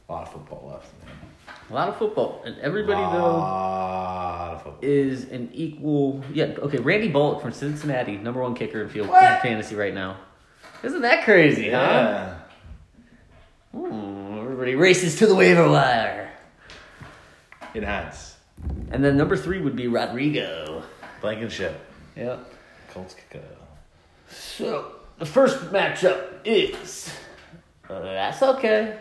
Speaker 1: A lot of football left, man.
Speaker 2: A lot of football, and everybody though.
Speaker 1: lot of football.
Speaker 2: is an equal. Yeah, okay. Randy Bullock from Cincinnati, number one kicker in field
Speaker 5: What?
Speaker 2: fantasy right now. Isn't that crazy,
Speaker 1: Yeah.
Speaker 2: huh? Hmm, everybody races to the waiver wire.
Speaker 1: It has.
Speaker 2: And then number three would be Rodrigo.
Speaker 1: Blankenship.
Speaker 2: Yep.
Speaker 1: Colts kicker.
Speaker 2: So the first matchup is. uh, that's okay.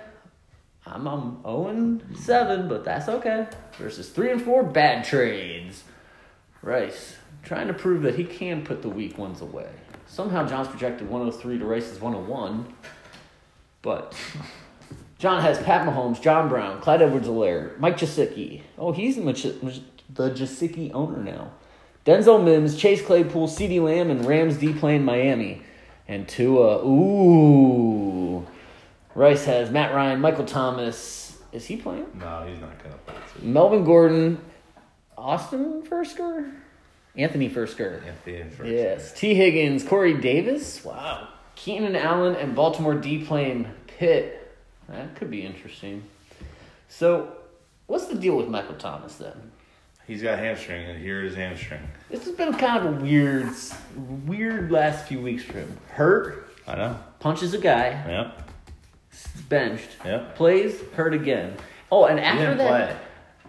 Speaker 2: I'm on 0 and 7, but that's okay. Versus 3 and 4 bad trades. Rice trying to prove that he can put the weak ones away. Somehow John's projected 103 to Rice's 101. But John has Pat Mahomes, John Brown, Clyde Edwards Alaire, Mike Jasicki. Oh, he's the, Mach- Mach- the Jasicki owner now. Denzel Mims, Chase Claypool, CeeDee Lamb, and Rams D playing Miami. And Tua. Ooh. Rice has Matt Ryan, Michael Thomas. Is he playing?
Speaker 1: No, he's not gonna play this week.
Speaker 2: Melvin Gordon, Austin Fursker, Anthony Fursker.
Speaker 1: Anthony and first.
Speaker 2: Yes. T. Higgins, Corey Davis. Wow. Keenan Allen and Baltimore D playing Pitt. That could be interesting. So, what's the deal with Michael Thomas then?
Speaker 1: He's got hamstring, and here is hamstring.
Speaker 2: This has been kind of a weird, weird last few weeks for him. Hurt,
Speaker 1: I know.
Speaker 2: punches a guy,
Speaker 1: Yep.
Speaker 2: benched,
Speaker 1: Yep.
Speaker 2: plays, hurt again. Oh, and after
Speaker 1: didn't
Speaker 2: that,
Speaker 1: play.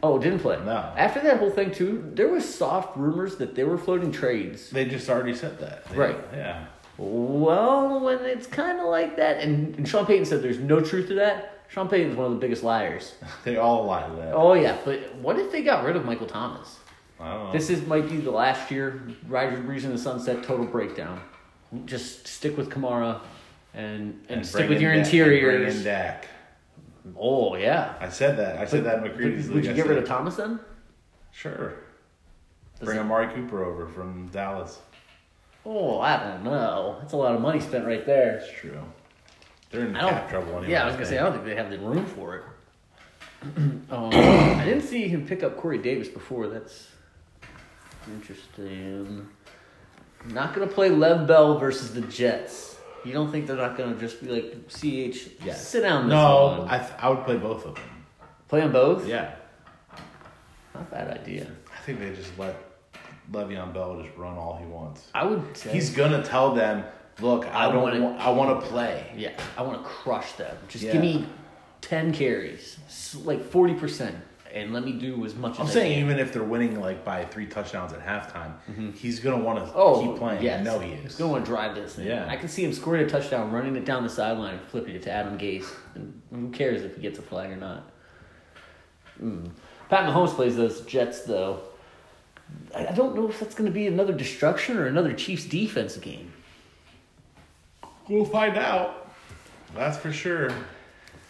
Speaker 2: oh, didn't play.
Speaker 1: No.
Speaker 2: After that whole thing too, there was soft rumors that they were floating trades.
Speaker 1: They just already said that. They-
Speaker 2: Right.
Speaker 1: Yeah.
Speaker 2: Well, when it's kind of like that, and, and Sean Payton said there's no truth to that. Sean Payton's one of the
Speaker 1: [laughs]
Speaker 2: biggest liars.
Speaker 1: They all lied to that.
Speaker 2: Oh yeah, but what if they got rid of Michael Thomas?
Speaker 1: I don't know.
Speaker 2: This is might be the last year. Riders Breeze in the Sunset, total breakdown. Just stick with Kamara, and and,
Speaker 1: And
Speaker 2: stick
Speaker 1: bring
Speaker 2: with
Speaker 1: in
Speaker 2: your
Speaker 1: Dak- and Bring in
Speaker 2: interiors.
Speaker 1: Dak.
Speaker 2: Oh yeah.
Speaker 1: I said that. I said that in McCready's
Speaker 2: would, would
Speaker 1: league.
Speaker 2: you
Speaker 1: I
Speaker 2: get rid
Speaker 1: said-
Speaker 2: of Thomas then?
Speaker 1: Sure.
Speaker 2: Does
Speaker 1: Bring
Speaker 2: it-
Speaker 1: Amari Cooper over from Dallas.
Speaker 2: Oh, I don't know. That's a lot of money spent right there.
Speaker 1: That's true. They're in
Speaker 2: I don't.
Speaker 1: cap trouble anyway.
Speaker 2: yeah, I was gonna say I don't think they have the room for it. [clears throat] um, I didn't see him pick up Corey Davis before. That's interesting. Not gonna play Lev Bell versus the Jets. You don't think they're not gonna just be like CH?
Speaker 1: Yes.
Speaker 2: Sit down. This
Speaker 1: No,
Speaker 2: one.
Speaker 1: I, th- I would play both of them.
Speaker 2: play them both.
Speaker 1: Yeah.
Speaker 2: Not a bad idea.
Speaker 1: I think they just let Le'Veon Bell just run all he wants.
Speaker 2: I would. Say,
Speaker 1: He's gonna tell them, look, I,
Speaker 2: I
Speaker 1: don't,
Speaker 2: wanna-
Speaker 1: want, I want to play.
Speaker 2: Yeah, I want to crush them. Just
Speaker 1: Yeah.
Speaker 2: give me ten carries, s- like forty percent, and let me do as much.
Speaker 1: I'm
Speaker 2: as I
Speaker 1: saying
Speaker 2: can.
Speaker 1: even if they're winning like by three touchdowns at halftime, he's gonna want to
Speaker 2: Mm-hmm. Oh,
Speaker 1: keep playing.
Speaker 2: Yes.
Speaker 1: I know he
Speaker 2: He's
Speaker 1: is.
Speaker 2: going to want to drive this. thing.
Speaker 1: Yeah.
Speaker 2: I can see him scoring a touchdown, running it down the sideline, and flipping it to Adam Gase. And who cares if he gets a flag or not? Mm. Pat Mahomes plays those Jets, though. I I don't know if that's going to be another destruction or another Chiefs defense game.
Speaker 1: We'll find out. That's for sure. I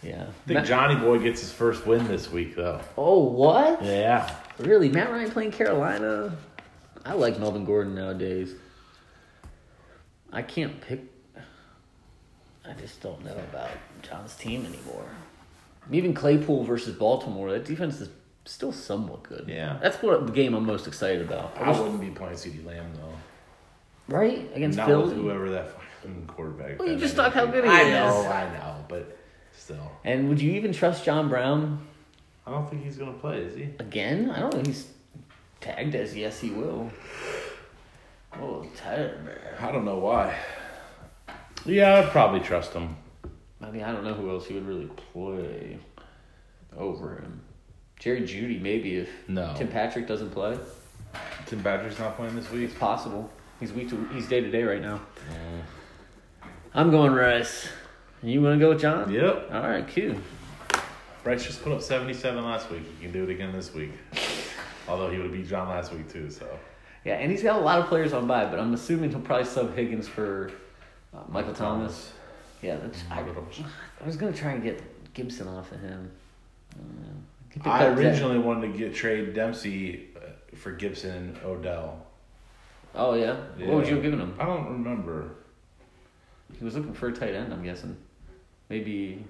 Speaker 2: Yeah.
Speaker 1: think
Speaker 2: Ma-
Speaker 1: Johnny Boy gets his first win this week, though.
Speaker 2: oh, what?
Speaker 1: Yeah.
Speaker 2: Really? Matt Ryan playing Carolina? I like Melvin Gordon nowadays. I can't pick. I just don't know about John's team anymore. Even Claypool versus Baltimore, that defense is still somewhat good.
Speaker 6: Yeah.
Speaker 2: that's what the game I'm most excited about.
Speaker 1: I wouldn't be playing CD Lamb though.
Speaker 2: Right against
Speaker 1: Not with
Speaker 2: Philly.
Speaker 1: whoever that fucking quarterback.
Speaker 2: Well, you
Speaker 1: that
Speaker 2: just
Speaker 1: might
Speaker 2: talk how
Speaker 1: be.
Speaker 2: good he
Speaker 1: I
Speaker 2: is.
Speaker 1: know, I know, but still,
Speaker 2: And would you even trust John Brown
Speaker 1: I don't think he's gonna play, is he?
Speaker 2: again? I don't know. He's tagged as yes, he will. [sighs] Oh, tired man.
Speaker 1: I don't know why. Yeah, I'd probably trust him.
Speaker 2: I mean, I don't know who else he would really play over him. Jerry Judy, maybe if
Speaker 1: No.
Speaker 2: Tim Patrick doesn't play,
Speaker 1: Tim Badger's not playing this week.
Speaker 2: it's possible. He's week to he's day to day right now.
Speaker 1: Mm.
Speaker 2: I'm going Rice. You want to go with John?
Speaker 1: Yep.
Speaker 2: All right, Q.
Speaker 1: Bryce just put up 77 last week. He can do it again this week. [laughs] Although he would have beat John last week too, so.
Speaker 2: Yeah, and he's got a lot of players on by, but I'm assuming he'll probably sub Higgins for uh, Michael Thomas. Yeah, that's. I, I was gonna try and get Gibson off of him. I don't know. He picked
Speaker 1: I
Speaker 2: up Dak-
Speaker 1: originally wanted to get trade Dempsey uh, for Gibson and Odell.
Speaker 2: Oh yeah? What would you have given him?
Speaker 1: I don't remember.
Speaker 2: He was looking for a tight end. I'm guessing. Maybe.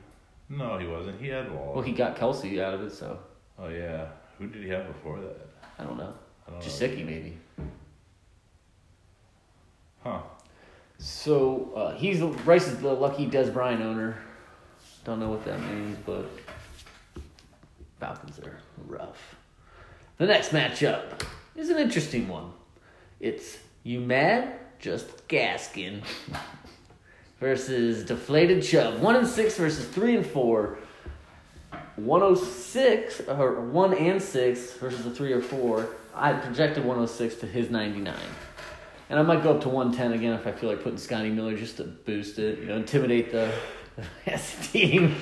Speaker 1: No, he wasn't. He had Wall.
Speaker 2: Well, he got Kelsey out of it, so
Speaker 1: oh yeah. Who did he have before that?
Speaker 2: I don't know.
Speaker 1: I don't know.
Speaker 2: Jasicki maybe.
Speaker 1: Huh.
Speaker 2: So uh, he's Rice is the lucky Des Bryant owner. Don't know what that means, but Falcons are rough. The next matchup is an interesting one. It's you mad? Just Gaskin versus deflated Chubb. One and six versus three and four. One oh six or one and six versus the three or four. I projected one oh six to his ninety nine. And I might go up to 110 again if I feel like putting Scotty Miller just to boost it, you know, intimidate the [laughs] the team.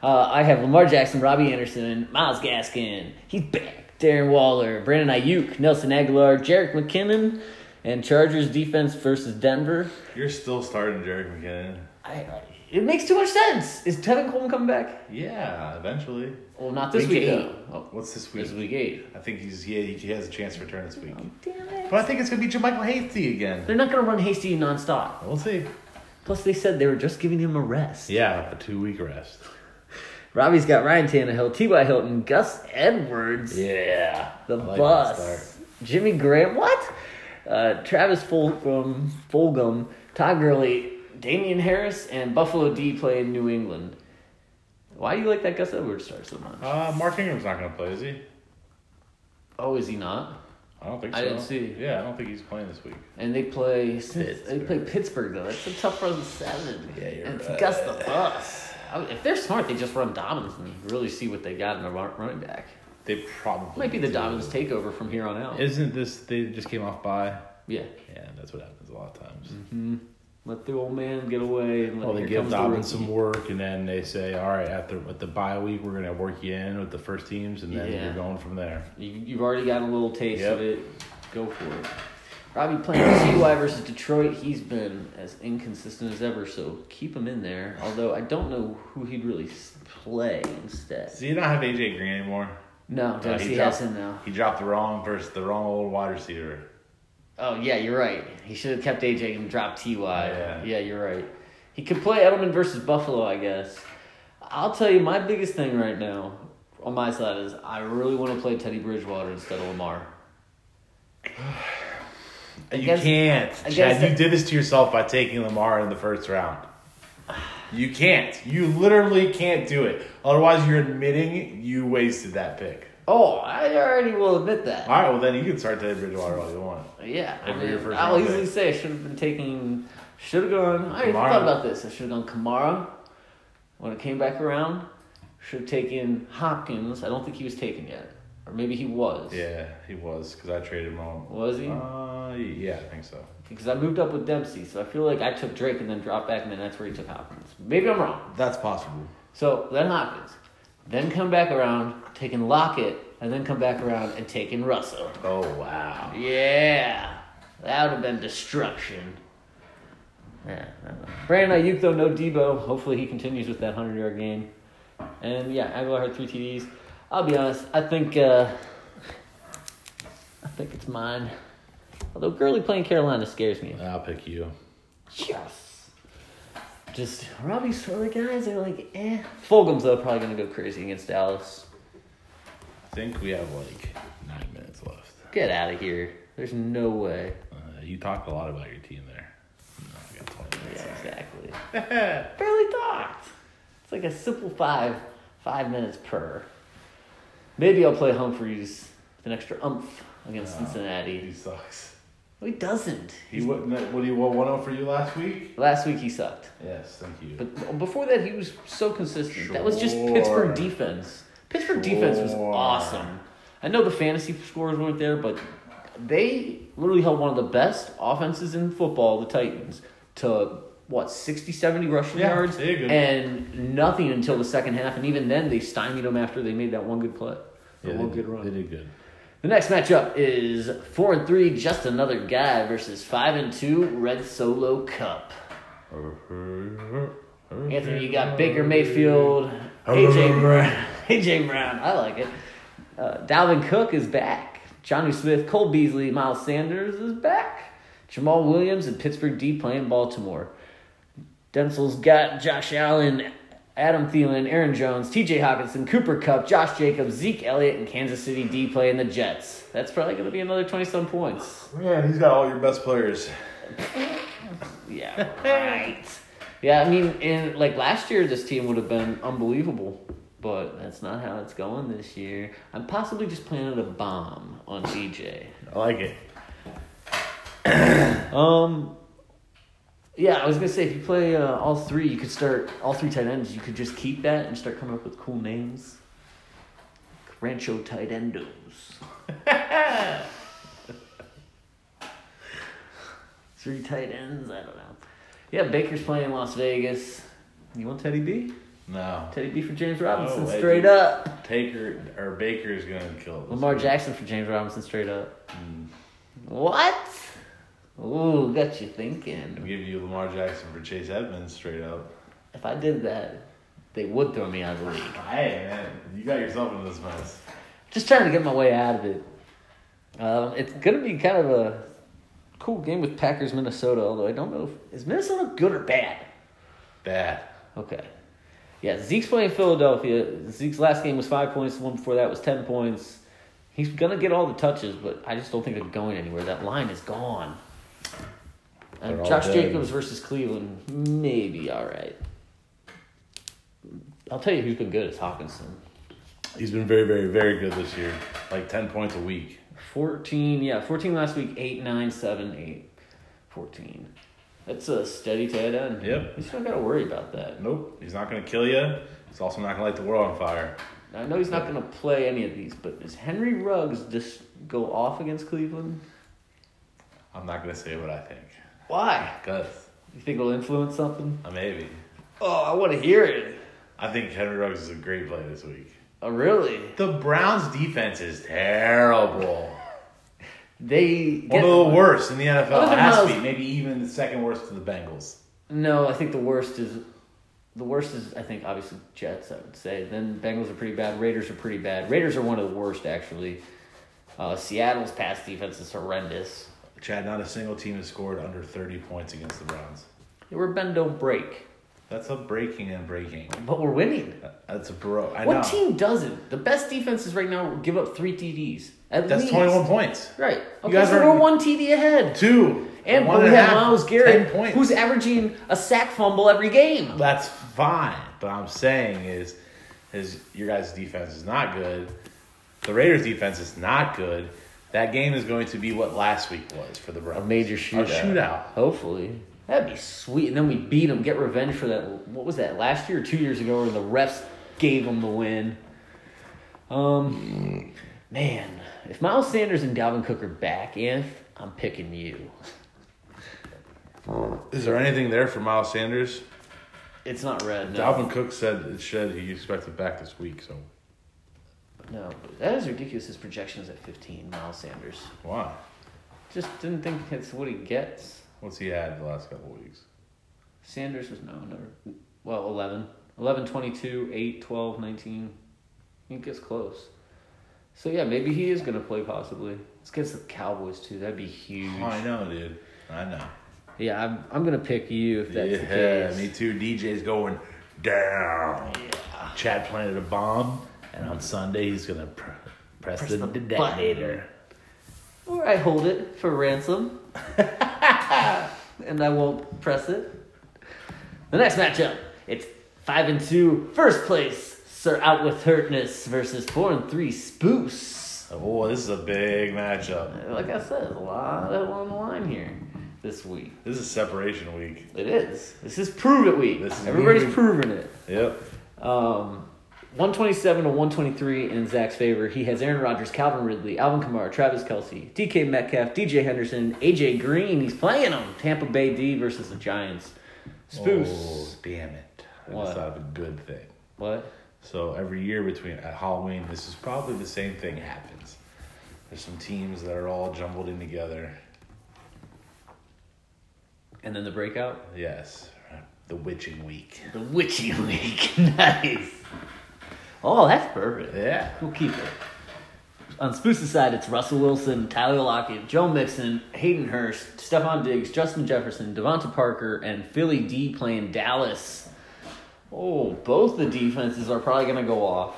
Speaker 2: Uh, I have Lamar Jackson, Robbie Anderson, Miles Gaskin. He's back. Darren Waller, Brandon Ayuk, Nelson Aguilar, Jarek McKinnon, and Chargers defense versus Denver.
Speaker 1: You're still starting Jarek McKinnon.
Speaker 2: I, it makes too much sense. Is Tevin Coleman coming back?
Speaker 1: Yeah, eventually.
Speaker 2: Well, not this
Speaker 1: Week
Speaker 2: week.
Speaker 1: eight.
Speaker 2: though. Oh,
Speaker 1: What's this week?
Speaker 2: this is week eight.
Speaker 1: I think he's yeah, he has a chance to return this week.
Speaker 2: Damn it.
Speaker 1: But I think it's gonna be Jermichael Hasty again.
Speaker 2: They're not going to run Hasty nonstop.
Speaker 1: We'll see.
Speaker 2: Plus, they said they were just giving him a rest.
Speaker 1: Yeah, a two week rest.
Speaker 2: Robbie's got Ryan Tannehill, T.Y. Hilton, Gus Edwards,
Speaker 1: Yeah.
Speaker 2: the
Speaker 1: I like that start.
Speaker 2: bus, Jimmy Graham, what? Uh, Travis Fulghum, Fulghum, Todd Gurley, Damian Harris, and Buffalo D play in New England. Why do you like that Gus Edwards start so much?
Speaker 1: Uh, Mark Ingram's not gonna play, is he?
Speaker 2: Oh, is he not?
Speaker 1: I don't think so.
Speaker 2: I didn't see.
Speaker 1: Yeah, I don't think he's playing this week.
Speaker 2: And they play they
Speaker 1: Pittsburgh.
Speaker 2: play Pittsburgh though. That's a tough run seven.
Speaker 1: Yeah, you're
Speaker 2: and it's
Speaker 1: right.
Speaker 2: Gus the bus. I- If they're smart, they just run Dobbins and really see what they got in the run- running back.
Speaker 1: They probably
Speaker 2: Might be the
Speaker 1: do.
Speaker 2: Dobbins takeover from here on out.
Speaker 1: Isn't this they just came off by?
Speaker 2: yeah.
Speaker 1: Yeah, that's what happens a lot of times.
Speaker 2: Let the old man get away. And let,
Speaker 1: Well, they
Speaker 2: Mm-hmm. here
Speaker 1: give
Speaker 2: comes the
Speaker 1: Dobbins
Speaker 2: rookie.
Speaker 1: some work, and then they say, "All right, after with the bye week, we're gonna work you in with the first teams, and then
Speaker 2: Yeah.
Speaker 1: you're going from there."
Speaker 2: You, you've already got a little taste
Speaker 1: Yep.
Speaker 2: of it. Go for it. Robbie playing CY versus Detroit. He's been as inconsistent as ever, so keep him in there. Although I don't know who he'd really s- play instead.
Speaker 1: So you don't have AJ Green anymore.
Speaker 2: No,
Speaker 1: Uh,
Speaker 2: Dempsey
Speaker 1: dropped,
Speaker 2: has him now.
Speaker 1: He dropped the wrong versus the wrong old wide receiver.
Speaker 2: Oh yeah, you're right. He should have kept AJ and dropped Ty.
Speaker 1: Yeah.
Speaker 2: yeah, you're right. He could play Edelman versus Buffalo, I guess. I'll tell you, my biggest thing right now on my side is I really want to play Teddy Bridgewater instead of Lamar.
Speaker 1: You
Speaker 2: guess-
Speaker 1: can't,
Speaker 2: I guess
Speaker 1: Chad. You
Speaker 2: that-
Speaker 1: did this to yourself by taking Lamar in the first round. You can't. You literally can't do it. Otherwise, you're admitting you wasted that pick.
Speaker 2: Oh, I already will admit that.
Speaker 1: All right. Well, then you can start Teddy Bridgewater all you want.
Speaker 2: Yeah, I
Speaker 1: Over your
Speaker 2: mean,
Speaker 1: first
Speaker 2: I'll
Speaker 1: round
Speaker 2: easily
Speaker 1: pick.
Speaker 2: say I should have been taking. Should have gone. I even
Speaker 1: Kamara.
Speaker 2: thought about this. I should have gone Kamara. When it came back around, should have taken Hopkins. I don't think he was taken yet, or maybe he was.
Speaker 1: Yeah, he was because I traded him on.
Speaker 2: Was he?
Speaker 1: Uh, yeah, I think so.
Speaker 2: Because I moved up with Dempsey, so I feel like I took Drake and then dropped back, and then that's where he took Hopkins. Maybe I'm wrong.
Speaker 1: That's possible.
Speaker 2: So then Hopkins, then come back around, taking Lockett, and then come back around and taking Russell.
Speaker 1: Oh wow.
Speaker 2: Yeah, that would have been destruction. Yeah, I don't know. Brandon Ayuk though, no Debo. Hopefully he continues with that hundred yard game. And yeah, Aguilar had three TDs. I'll be honest, I think uh, I think it's mine. Although Gurley playing Carolina scares me.
Speaker 1: I'll pick you.
Speaker 2: Yes. Just Robbie's for the guys are like, eh. Fulgham's though probably gonna go crazy against Dallas.
Speaker 1: I think we have like nine minutes left.
Speaker 2: Get out of here. There's no way.
Speaker 1: Uh, you talked a lot about your team there. No, I got 20 minutes.
Speaker 2: Yeah,
Speaker 3: [laughs]
Speaker 2: exactly. Barely talked. It's like a simple five, five minutes per. Maybe I'll play Humphreys with an extra umph against
Speaker 3: He
Speaker 2: Cincinnati.
Speaker 3: sucks.
Speaker 2: He doesn't.
Speaker 3: He wouldn't. What do you want?
Speaker 1: oh
Speaker 3: One for you last week?
Speaker 2: Last week he sucked.
Speaker 3: Yes, thank you.
Speaker 2: But before that, he was so consistent. That was just
Speaker 3: Sure.
Speaker 2: Pittsburgh defense. Pittsburgh defense was
Speaker 3: Sure.
Speaker 2: awesome. I know the fantasy scores weren't there, but they literally held one of the best offenses in football, the Titans, to what, 60, 70 rushing
Speaker 3: Yeah,
Speaker 2: yards?
Speaker 3: they're good.
Speaker 2: And nothing until the second half. And even then, they stymied them after they made that one good play.
Speaker 1: Yeah, they
Speaker 2: That one
Speaker 1: did-
Speaker 2: good run.
Speaker 1: They did good.
Speaker 2: The next matchup is four and three, just another guy versus five and two, Red Solo Cup.
Speaker 1: Mm-hmm.
Speaker 2: Anthony, you got Baker Mayfield, AJ Brown. [laughs] AJ Brown, I like it. Uh, Dalvin Cook is back. Johnny Smith, Cole Beasley, Miles Sanders is back. Jamal Williams and Pittsburgh D playing Baltimore. Denzel's got Josh Allen, Adam Thielen, Aaron Jones, TJ Hawkinson, Cooper Cup, Josh Jacobs, Zeke Elliott, and Kansas City D playing the Jets. That's probably going to be another 20 some points.
Speaker 3: Man, he's got all your best players.
Speaker 2: Yeah, right. yeah, I mean, in like last year, this team would have been unbelievable, but that's not how it's going this year. I'm possibly just planning a bomb on DJ.
Speaker 1: I like it.
Speaker 2: Um, yeah, I was gonna say if you play uh, all three, you could start all three tight ends. You could just keep that and start coming up with cool names. Rancho tight endos. [laughs] three tight ends. I don't know. Yeah, Baker's playing Las Vegas. You want Teddy B?
Speaker 1: No.
Speaker 2: Teddy B for James Robinson,
Speaker 1: No way,
Speaker 2: straight
Speaker 1: dude.
Speaker 2: up.
Speaker 1: Taker or Baker is gonna kill this.
Speaker 2: Lamar Jackson for James Robinson, straight up. What? Ooh, got you thinking.
Speaker 1: I'll give you Lamar Jackson for Chase Edmonds straight up.
Speaker 2: If I did that, they would throw me out of the league.
Speaker 1: Hey man, you got yourself into this mess.
Speaker 2: Just trying to get my way out of it. Um, it's gonna be kind of a cool game with Packers Minnesota. Although I don't know if is Minnesota good or bad.
Speaker 1: Bad.
Speaker 2: Okay. Yeah, Zeke's playing Philadelphia. Zeke's last game was five points. The one before that was ten points. He's gonna get all the touches, but I just don't think they're going anywhere. That line is gone. And
Speaker 1: They're all
Speaker 2: Josh
Speaker 1: dead.
Speaker 2: Jacobs versus Cleveland, maybe all right. I'll tell you who's been good is Hawkinson.
Speaker 1: He's been very, very, very good this year. Like ten points a week.
Speaker 2: 14, yeah, 14 last week, 8, 9, 7, 8, 14. That's a steady tight end.
Speaker 1: Yep.
Speaker 2: You just don't got to worry about that.
Speaker 1: Nope. He's not gonna kill you. He's also not gonna light the world on fire.
Speaker 2: Now, I know he's not going to play any of these, but does Henry Ruggs just go off against Cleveland?
Speaker 1: I'm not gonna say what I think.
Speaker 2: Why?
Speaker 1: Cause
Speaker 2: You think it'll influence something?
Speaker 1: uh, maybe.
Speaker 2: Oh, I want to hear it.
Speaker 1: I think Henry Ruggs is a great play this week.
Speaker 2: Oh, really?
Speaker 1: The Browns defense is terrible.
Speaker 2: They
Speaker 1: One
Speaker 2: get,
Speaker 1: of the worst in the NFL.
Speaker 2: Other than
Speaker 1: It has to
Speaker 2: Miles-
Speaker 1: be. Maybe even the second worst to the Bengals.
Speaker 2: No, I think the worst is the worst is I think obviously Jets. I would say then Bengals are pretty bad. Raiders are pretty bad. Raiders are one of the worst actually. Uh, Seattle's pass defense is horrendous.
Speaker 1: Chad, not a single team has scored under 30 points against the Browns.
Speaker 2: They were bend don't break,
Speaker 1: That's a breaking and breaking.
Speaker 2: but we're winning.
Speaker 1: That's a bro. I know.
Speaker 2: What team doesn't? The best defenses right now give up three TDs. At
Speaker 1: That's
Speaker 2: least.
Speaker 1: 21 points.
Speaker 2: Right. Okay,
Speaker 1: guys
Speaker 2: so
Speaker 1: are-
Speaker 2: we're one TD ahead.
Speaker 1: Two.
Speaker 2: And
Speaker 1: one
Speaker 2: but we
Speaker 1: a
Speaker 2: have
Speaker 1: half,
Speaker 2: Miles
Speaker 1: 10
Speaker 2: Garrett,
Speaker 1: points.
Speaker 2: who's averaging a sack fumble every game.
Speaker 1: That's fine. But I'm saying is, is your guys' defense is not good. The Raiders' defense is not good. That game is going to be what last week was for the Browns.
Speaker 2: A major
Speaker 1: A
Speaker 2: shootout.
Speaker 1: shootout.
Speaker 2: Hopefully. That'd be sweet. And then we beat them, get revenge for that. What was that, last year or two years ago, where the refs gave them the win? Um, man, if Miles Sanders and Dalvin Cook are back, if I'm picking you,
Speaker 1: Is there anything there for Miles Sanders?
Speaker 2: it's not red. No,
Speaker 1: Dalvin Cook said it said he expected back this week. So
Speaker 2: no, that is ridiculous. His projections at 15, Miles Sanders.
Speaker 1: why?
Speaker 2: Just didn't think it's what he gets.
Speaker 1: What's he had the last couple of weeks?
Speaker 2: Sanders was no, never. Well, 11. 11, 22, 8, 12, 19. He gets close. So, yeah, maybe he is going to play possibly. It's against the Cowboys, too. That'd be huge.
Speaker 1: Oh, I know, dude. I know.
Speaker 2: Yeah, I'm, I'm gonna pick you if that's
Speaker 1: yeah,
Speaker 2: the
Speaker 1: me
Speaker 2: case.
Speaker 1: too. DJ's going down. Chad planted a bomb, and on Sunday he's gonna pr- press, the,
Speaker 2: the button.
Speaker 1: detonator.
Speaker 2: Or I hold it for ransom, and I won't press it. The next matchup, it's five and two, first place. Sir Out with Hurtness versus four and three Spoose.
Speaker 1: Oh, this is a big matchup.
Speaker 2: Like I said, there's a lot of on the line here this week.
Speaker 1: This is separation week.
Speaker 2: It is. This is prove it week.
Speaker 1: This is
Speaker 2: Everybody's
Speaker 1: moving-
Speaker 2: proving it.
Speaker 1: Yep.
Speaker 2: Um, 127 to 123 in Zach's favor. He has Aaron Rodgers, Calvin Ridley, Alvin Kamara, Travis Kelsey, DK Metcalf, DJ Henderson, AJ Green. He's playing them. Tampa Bay D versus the Giants.
Speaker 1: Oh,
Speaker 2: Spoose.
Speaker 1: damn it. I
Speaker 2: What?
Speaker 1: just thought of a good thing.
Speaker 2: What?
Speaker 1: So every year between at Halloween, this is probably the same thing happens. There's some teams that are all jumbled in together.
Speaker 2: And then the breakout?
Speaker 1: Yes, the witching week.
Speaker 2: The Witchy [laughs] Week. nice. Oh, that's perfect.
Speaker 1: Yeah.
Speaker 2: We'll keep it. On Spoose's side, it's Russell Wilson, Tyler Lockett, Joe Mixon, Hayden Hurst, Stephon Diggs, Justin Jefferson, Devonta Parker, and Philly D playing Dallas. Oh, both the defenses are probably going to go off.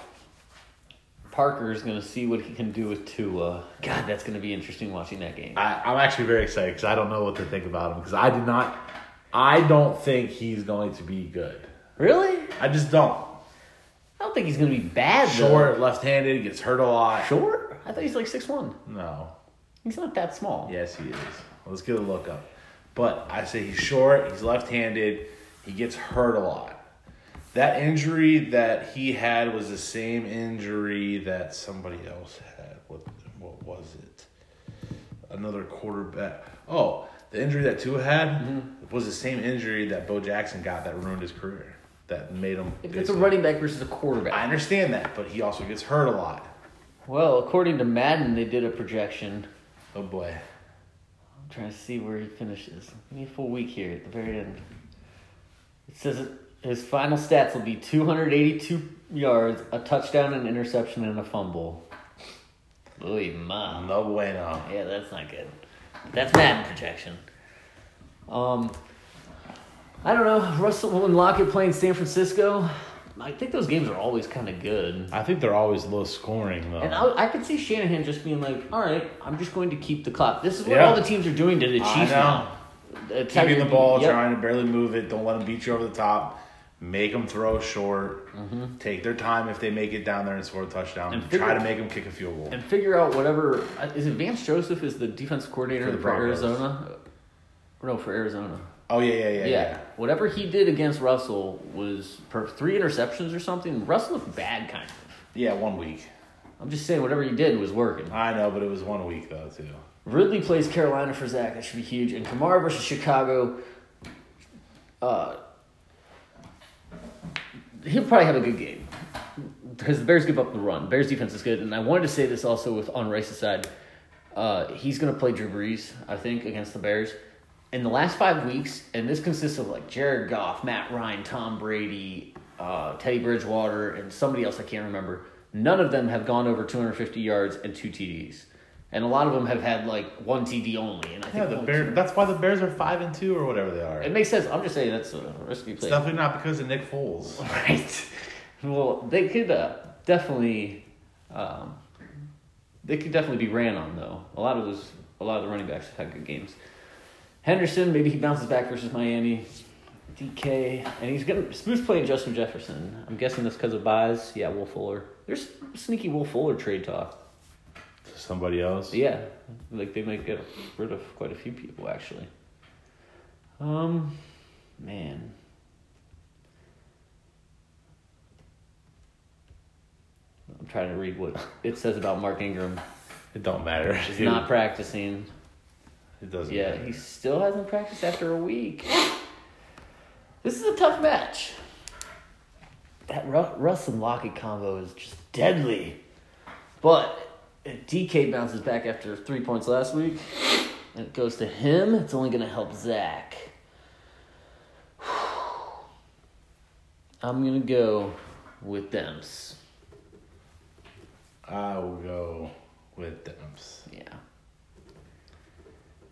Speaker 2: Parker's going to see what he can do with Tua. God, that's going to be interesting watching that game.
Speaker 1: I, I'm actually very excited because I don't know what to think about him because I do not, I don't think he's going to be good.
Speaker 2: Really?
Speaker 1: I just don't.
Speaker 2: I don't think he's going to be bad,
Speaker 1: Short, left-handed, gets hurt a lot.
Speaker 2: though. Short? I thought he's like 6'1.
Speaker 1: No.
Speaker 2: He's not that small.
Speaker 1: Yes, he is. Let's get a look up. But I say he's short, he's left handed, he gets hurt a lot. That injury that he had was the same injury that somebody else had. What what was it? Another quarterback. Oh, the injury that Tua had was the same injury that Bo Jackson got that ruined his career. That made him.
Speaker 2: If it's a
Speaker 1: basically-
Speaker 2: running back versus a quarterback.
Speaker 1: I understand that, but he also gets hurt a lot.
Speaker 2: Well, according to Madden, they did a projection.
Speaker 1: Oh boy.
Speaker 2: I'm trying to see where he finishes. Give me a full week here at the very end. It says it, his final stats will be 282 yards, a touchdown, an interception, and a fumble. Oy, ma.
Speaker 1: No bueno.
Speaker 2: Yeah, that's not good. That's Madden projection. Um, I don't know. Russell and Lockett playing San Francisco. I think those games are always kind of good.
Speaker 1: I think they're always low scoring though.
Speaker 2: And I, I could see Shanahan just being like, "All right, I'm just going to keep the clock." This is what
Speaker 1: Yeah.
Speaker 2: all the teams are doing to the
Speaker 1: I
Speaker 2: Chiefs
Speaker 1: know.
Speaker 2: now. That's how
Speaker 1: Keeping
Speaker 2: you're-
Speaker 1: the ball,
Speaker 2: yep.
Speaker 1: trying to barely move it. Don't let them beat you over the top. Make them throw short. Take their time if they make it down there Mm-hmm. and score a touchdown.
Speaker 2: And
Speaker 1: Try
Speaker 2: figure-
Speaker 1: to make them kick a field goal.
Speaker 2: and figure out whatever uh, is it. Vance Joseph is the defensive coordinator
Speaker 1: For
Speaker 2: for,
Speaker 1: the Broncos.
Speaker 2: Arizona. Uh, No, for Arizona.
Speaker 1: oh yeah, yeah, yeah, yeah.
Speaker 2: Yeah. whatever he did against Russell was per three interceptions or something. Russell looked bad, kind of.
Speaker 1: Yeah, one week.
Speaker 2: I'm just saying, whatever he did was working.
Speaker 1: I know, but it was one week though too.
Speaker 2: Ridley plays Carolina for Zach. That should be huge. And Kamara versus Chicago. Uh, he'll probably have a good game because the Bears give up the run. Bears defense is good, and I wanted to say this also with on Rice's side. Uh, he's going to play Drew Brees, I think, against the Bears. In the last five weeks, and this consists of like Jared Goff, Matt Ryan, Tom Brady, uh, Teddy Bridgewater, and somebody else I can't remember. None of them have gone over 250 yards and two TDs, and a lot of them have had like one TD only. And I
Speaker 1: Yeah,
Speaker 2: think
Speaker 1: the
Speaker 2: one-
Speaker 1: Bears. That's why the Bears are five and two or whatever they are.
Speaker 2: It makes sense. I'm just saying that's a risky
Speaker 1: It's
Speaker 2: play.
Speaker 1: definitely not because of Nick Foles.
Speaker 2: [laughs] Right. Well, they could uh, definitely, um, they could definitely be ran on though. A lot of those, a lot of the running backs have had good games. Henderson, maybe he bounces back versus Miami. DK, and he's gonna Smooth's playing Justin Jefferson. I'm guessing that's because of buys. Yeah, Will Fuller. There's sneaky Will Fuller trade talk.
Speaker 1: Somebody else.
Speaker 2: Yeah, like they might get rid of quite a few people actually. Um, man. I'm trying to read what it says about Mark Ingram.
Speaker 1: It don't matter.
Speaker 2: He's
Speaker 1: dude.
Speaker 2: not practicing.
Speaker 1: It doesn't.
Speaker 2: Yeah,
Speaker 1: matter.
Speaker 2: he still hasn't practiced after a week. This is a tough match. That Ru- Russ and Lockett combo is just deadly. But if DK bounces back after three points last week, and it goes to him, it's only going to help Zach. [sighs] I'm going to go with Demps.
Speaker 1: I will go with Demps.
Speaker 2: Yeah.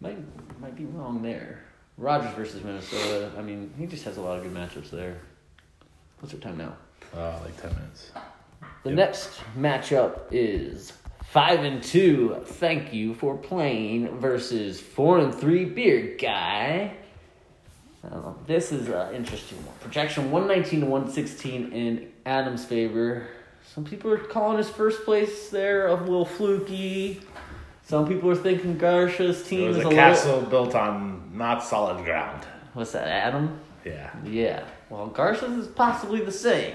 Speaker 2: Might, might be wrong there. Rogers versus Minnesota. I mean, he just has a lot of good matchups there. What's our time now?
Speaker 1: Uh, like 10 minutes.
Speaker 2: The next matchup is five and two. Thank you for playing versus four and three beer guy. Uh, this is an interesting one. Projection one nineteen to one sixteen in Adams' favor. Some people are calling his first place there a little fluky. Some people are thinking Garsha's
Speaker 1: It
Speaker 2: team
Speaker 1: was
Speaker 2: is
Speaker 1: a
Speaker 2: a little.
Speaker 1: castle built on not solid ground.
Speaker 2: What's that, Adam?
Speaker 1: Yeah.
Speaker 2: Yeah. Well, Garcia's is possibly the same.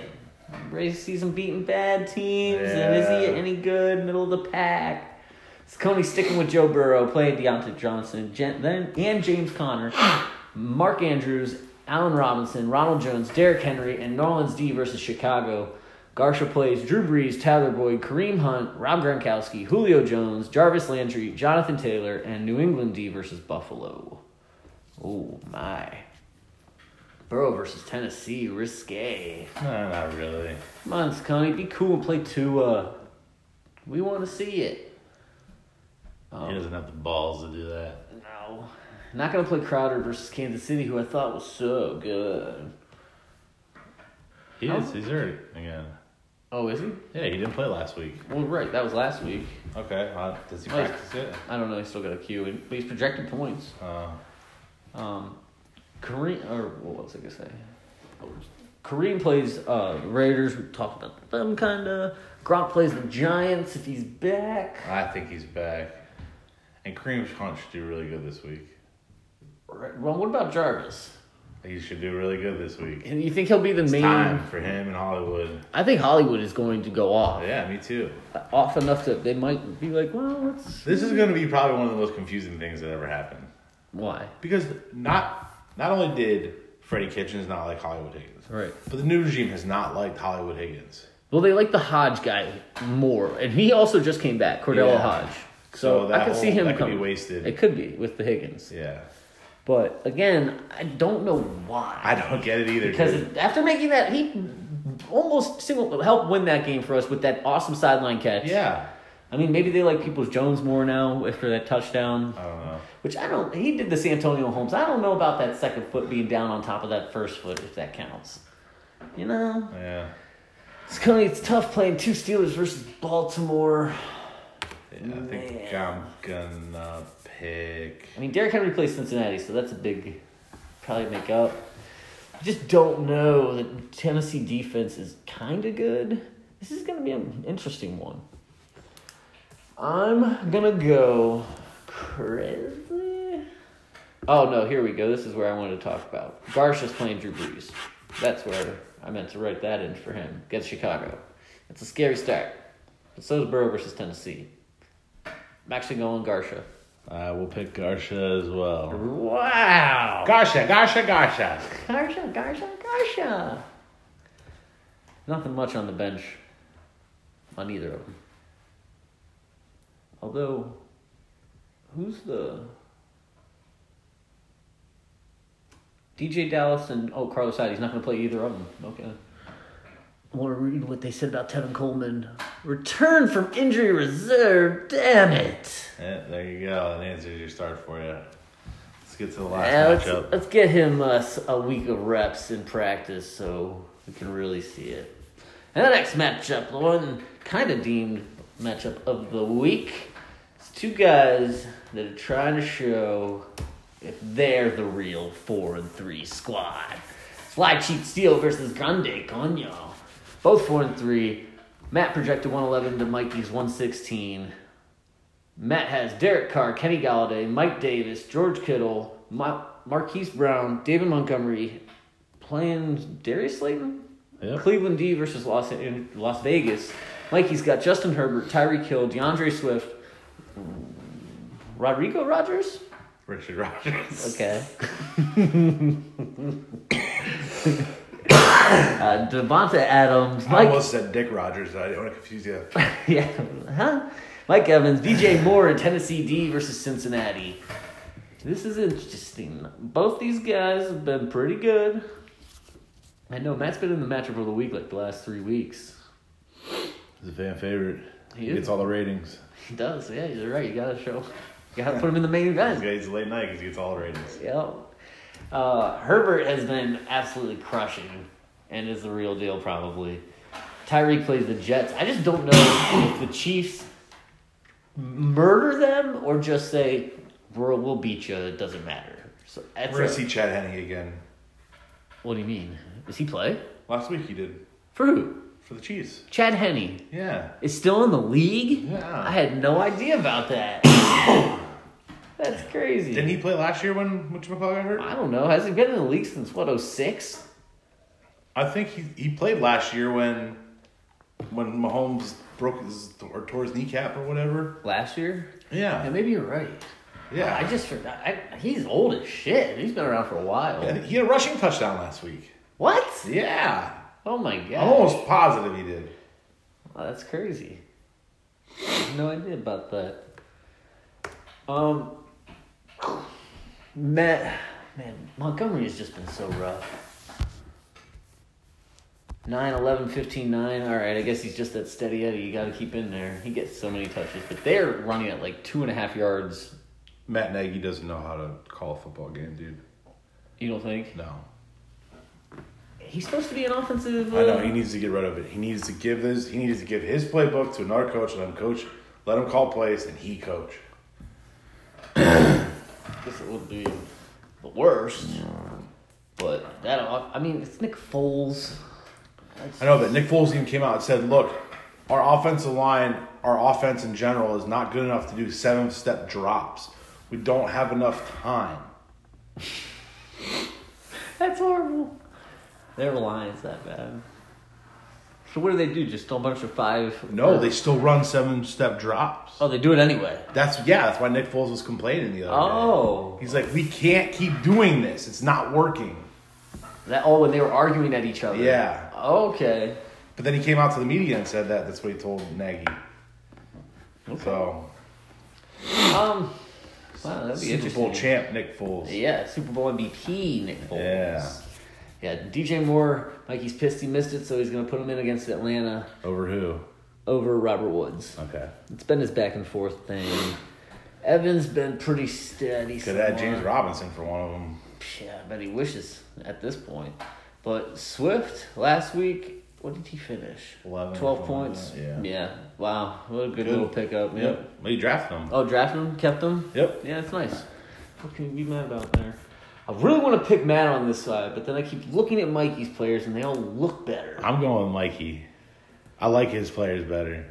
Speaker 2: Ray sees him beating bad teams, and is
Speaker 1: Yeah.
Speaker 2: he any good? Middle of the pack. Is Coney sticking with Joe Burrow, playing Deontay Johnson, Jen, then and James Conner, Mark Andrews, Allen Robinson, Ronald Jones, Derrick Henry, and Norland's D versus Chicago. Garcia plays Drew Brees, Tyler Boyd, Kareem Hunt, Rob Gronkowski, Julio Jones, Jarvis Landry, Jonathan Taylor, and New England D versus Buffalo. Oh my. Burrow versus Tennessee, risque.
Speaker 1: No, not really.
Speaker 2: Come on, Coney, be cool and play Tua. We want to see it.
Speaker 1: He doesn't have the balls to do that.
Speaker 2: No. Not going to play Crowder versus Kansas City, who I thought was so good.
Speaker 1: He is. He's hurt again.
Speaker 2: Oh, is he?
Speaker 1: Yeah, he didn't play last week.
Speaker 2: Well, right, that was last week.
Speaker 1: Okay. well, does he
Speaker 2: Nice.
Speaker 1: practice it?
Speaker 2: I don't know, he's still got a Q, in, but he's projected points.
Speaker 1: Uh,
Speaker 2: Um, Kareem, or what was I gonna say? Kareem plays uh, Raiders. We talked about them kind of. Gronk plays the Giants if he's back.
Speaker 1: I think he's back. And Kareem Hunt should do really good this week.
Speaker 2: Right. Well, what about Jarvis?
Speaker 1: He should do really good this week.
Speaker 2: And you think he'll be the main?
Speaker 1: Time for him in Hollywood.
Speaker 2: I think Hollywood is going to go off,
Speaker 1: Yeah, me too.
Speaker 2: off enough that they might be like, well, let's.
Speaker 1: This is going to be probably one of the most confusing things that ever happened.
Speaker 2: Why?
Speaker 1: Because not not only did Freddie Kitchens not like Hollywood Higgins,
Speaker 2: Right.
Speaker 1: but the new regime has not liked Hollywood Higgins.
Speaker 2: Well, they like the Hodge guy more, and he also just came back, Cordell
Speaker 1: Yeah.
Speaker 2: Hodge.
Speaker 1: So
Speaker 2: So, I
Speaker 1: that
Speaker 2: could see
Speaker 1: whole-
Speaker 2: him
Speaker 1: that could be
Speaker 2: coming.
Speaker 1: wasted.
Speaker 2: It could be with the Higgins,
Speaker 1: Yeah.
Speaker 2: but again, I don't know why.
Speaker 1: I don't get it either.
Speaker 2: Because
Speaker 1: dude.
Speaker 2: after making that, he almost single helped win that game for us with that awesome sideline catch.
Speaker 1: yeah.
Speaker 2: I mean, maybe they like Peoples Jones more now after that touchdown,
Speaker 1: I don't know.
Speaker 2: which I don't. He did this Antonio Holmes. I don't know about that second foot being down on top of that first foot if that counts. You know,
Speaker 1: Yeah.
Speaker 2: it's kind of, it's tough playing two Steelers versus Baltimore.
Speaker 1: Yeah, I think I'm gonna pick.
Speaker 2: I mean, Derrick Henry plays Cincinnati, so that's a big probably make up. I just don't know that Tennessee defense is kind of good. This is going to be an interesting one. I'm going to go crazy. Oh, no, here we go. This is where I wanted to talk about. Garsh is playing Drew Brees. That's where I meant to write that in for him. Against Chicago. It's a scary start. But so is Burrow versus Tennessee. I'm actually going Garsha.
Speaker 1: I will uh, pick Garsha as well.
Speaker 2: Wow.
Speaker 1: Garsha, Garsha, Garsha.
Speaker 2: Garsha, Garsha, Garsha. Nothing much on the bench on either of them. Although, who's the. DJ Dallas and oh Carlos Hyde, he's not going to play either of them. Okay. I want to read what they said about Tevin Coleman. Return from injury reserve. Damn it.
Speaker 1: Yeah, there you go. That answers your start for you. Let's get to the last
Speaker 2: Yeah, let's,
Speaker 1: matchup.
Speaker 2: let's get him uh, s- a week of reps in practice so we can really see it. And the next matchup, the one kind of deemed matchup of the week, it's two guys that are trying to show if they're the real four and three squad. Fly Cheat Steel versus Grande Coño. Both four and three. Matt projected 111 to Mikey's 116. Matt has Derek Carr, Kenny Galladay, Mike Davis, George Kittle, Ma- Marquise Brown, David Montgomery, playing Darius Slayton.
Speaker 1: Yep.
Speaker 2: Cleveland D versus Las in Las Vegas. Mikey's got Justin Herbert, Tyreek Hill, DeAndre Swift, Rodrigo Rogers.
Speaker 1: Richard Rogers.
Speaker 2: Okay. uh, Devonta Adams,
Speaker 3: I
Speaker 2: Mike
Speaker 3: almost said Dick Rogers. I didn't want to confuse you.
Speaker 2: [laughs] yeah, huh? Mike Evans, DJ Moore, and Tennessee D versus Cincinnati. This is interesting. Both these guys have been pretty good. I know Matt's been in the matchup of the week like the last three weeks.
Speaker 1: He's a fan favorite.
Speaker 2: He
Speaker 1: He,
Speaker 2: is.
Speaker 1: gets all the ratings.
Speaker 2: He does, yeah, you're right. You gotta show, you gotta put him in the main event.
Speaker 1: Okay, he's a late night because he gets all the ratings.
Speaker 2: Yeah. Uh, Herbert has been absolutely crushing and is the real deal, probably. Tyreek plays the Jets. I just don't know if the Chiefs murder them or just say, We're, we'll beat you, it doesn't matter. So that's
Speaker 1: We're gonna
Speaker 2: it.
Speaker 1: see Chad Henning again.
Speaker 2: What do you mean? Does he play?
Speaker 1: Last week he did
Speaker 2: For who?
Speaker 1: for the Chiefs.
Speaker 2: Chad Henney
Speaker 1: Yeah.
Speaker 2: is still in the league?
Speaker 1: Yeah.
Speaker 2: I had no idea about that. [coughs] That's crazy.
Speaker 1: Didn't he play last year when McCall got hurt?
Speaker 2: I don't know. Has he been in the league since what 06?
Speaker 1: I think he, he played last year when when Mahomes broke his or tore his kneecap or whatever.
Speaker 2: Last year? Yeah,
Speaker 1: Yeah.
Speaker 2: maybe you're right.
Speaker 1: Yeah.
Speaker 2: I just forgot. I, he's old as shit. He's been around for a while.
Speaker 1: I think he had a rushing touchdown last week.
Speaker 2: What?
Speaker 1: Yeah.
Speaker 2: Oh my god.
Speaker 1: I'm almost positive he did.
Speaker 2: Wow, that's crazy. I had no idea about that. Um, Matt, man, Montgomery has just been so rough. 9, 11, 15, 9. All right, I guess he's just that steady Eddie. You got to keep in there. He gets so many touches, but they're running at like two and a half yards.
Speaker 1: Matt Nagy doesn't know how to call a football game, dude.
Speaker 2: You don't think?
Speaker 1: No.
Speaker 2: He's supposed to be an offensive. Uh,
Speaker 1: I know he needs to get rid of it. He needs to give his he needs to give his playbook to another coach, let him coach, let him call plays, and he coach.
Speaker 2: guess it would be the worst. But that, off- I mean, it's Nick Foles.
Speaker 1: I know, but Nick Foles even came out and said, "Look, our offensive line, our offense in general, is not good enough to do seven step drops. We don't have enough time."
Speaker 2: That's horrible. Their line's that bad. So what do they do? Just a bunch of five?
Speaker 1: No, they still run seven step drops.
Speaker 2: Oh, they do it anyway.
Speaker 1: That's yeah. That's why Nick Foles was complaining the other
Speaker 2: Oh.
Speaker 1: day. He's like, "We can't keep doing this. It's not working."
Speaker 2: That oh, when they were arguing at each other.
Speaker 1: Yeah.
Speaker 2: Okay.
Speaker 1: But then he came out to the media and said that. That's what he told Nagy. So
Speaker 2: Um. Wow, that'd be
Speaker 1: Super
Speaker 2: interesting.
Speaker 1: Bowl champ Nick Foles.
Speaker 2: Yeah, Super Bowl MVP Nick Foles.
Speaker 1: Yeah.
Speaker 2: Yeah, DJ Moore. Mikey's pissed he missed it, so he's gonna put him in against Atlanta
Speaker 1: Over who?
Speaker 2: over Robert Woods.
Speaker 1: Okay.
Speaker 2: It's been his back and forth thing. Evans been pretty steady.
Speaker 1: Could have had
Speaker 2: somewhat.
Speaker 1: James Robinson for one of them.
Speaker 2: Yeah, I bet he wishes at this point. But Swift last week, what did he finish?
Speaker 1: 11 or
Speaker 2: 12
Speaker 1: something like
Speaker 2: points.
Speaker 1: that, yeah.
Speaker 2: Wow. What a good, little pickup. Yep.
Speaker 1: Yep. We drafted him.
Speaker 2: Oh, drafted him, kept him.
Speaker 1: Yep.
Speaker 2: Yeah, that's nice. What can you be mad about there? I really want to pick Matt on this side, but then I keep looking at Mikey's players and they all look better.
Speaker 1: I'm going with Mikey. I like his players better.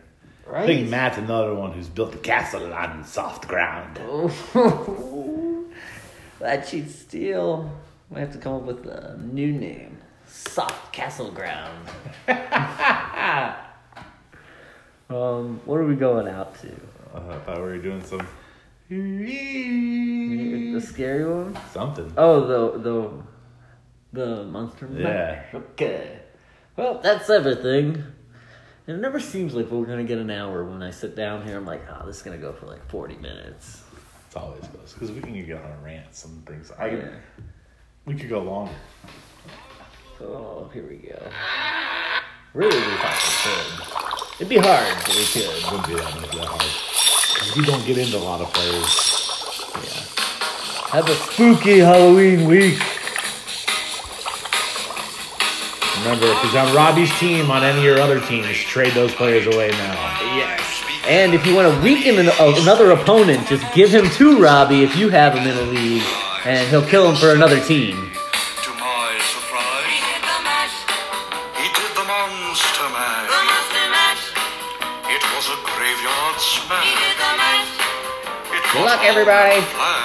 Speaker 2: Right?
Speaker 1: I think Matt's another one who's built a castle on soft ground.
Speaker 2: Oh. [laughs] that cheats steel. Might have to come up with a new name. Soft Castle Ground. [laughs] um, what are we going out to?
Speaker 1: Uh, I thought we were doing some
Speaker 2: The scary one?
Speaker 1: something.
Speaker 2: Oh, the the the monster. mash.
Speaker 1: Yeah.
Speaker 2: Okay. Well, that's everything. It never seems like we're gonna get an hour when I sit down here. I'm like, oh, this is gonna go for like 40 minutes.
Speaker 1: It's always close because we can get on a rant. Some things I
Speaker 2: Yeah.
Speaker 1: could, we could go longer.
Speaker 2: Oh, here we go. Really, we fucking could. It'd be hard, but we
Speaker 1: It
Speaker 2: could.
Speaker 1: wouldn't be that much that hard. 'Cause We don't get into a lot of players.
Speaker 2: Yeah. Have a spooky Halloween week.
Speaker 1: Remember, if he's on Robbie's team, on any of your other teams, trade those players away now.
Speaker 2: Yes. And if you want to weaken an, uh, another opponent, just give him to Robbie if you have him in a league, and he'll kill him for another team.
Speaker 7: To my surprise, he did the monster mash. It was a graveyard smash. It was
Speaker 2: Good luck, everybody.
Speaker 7: a flash.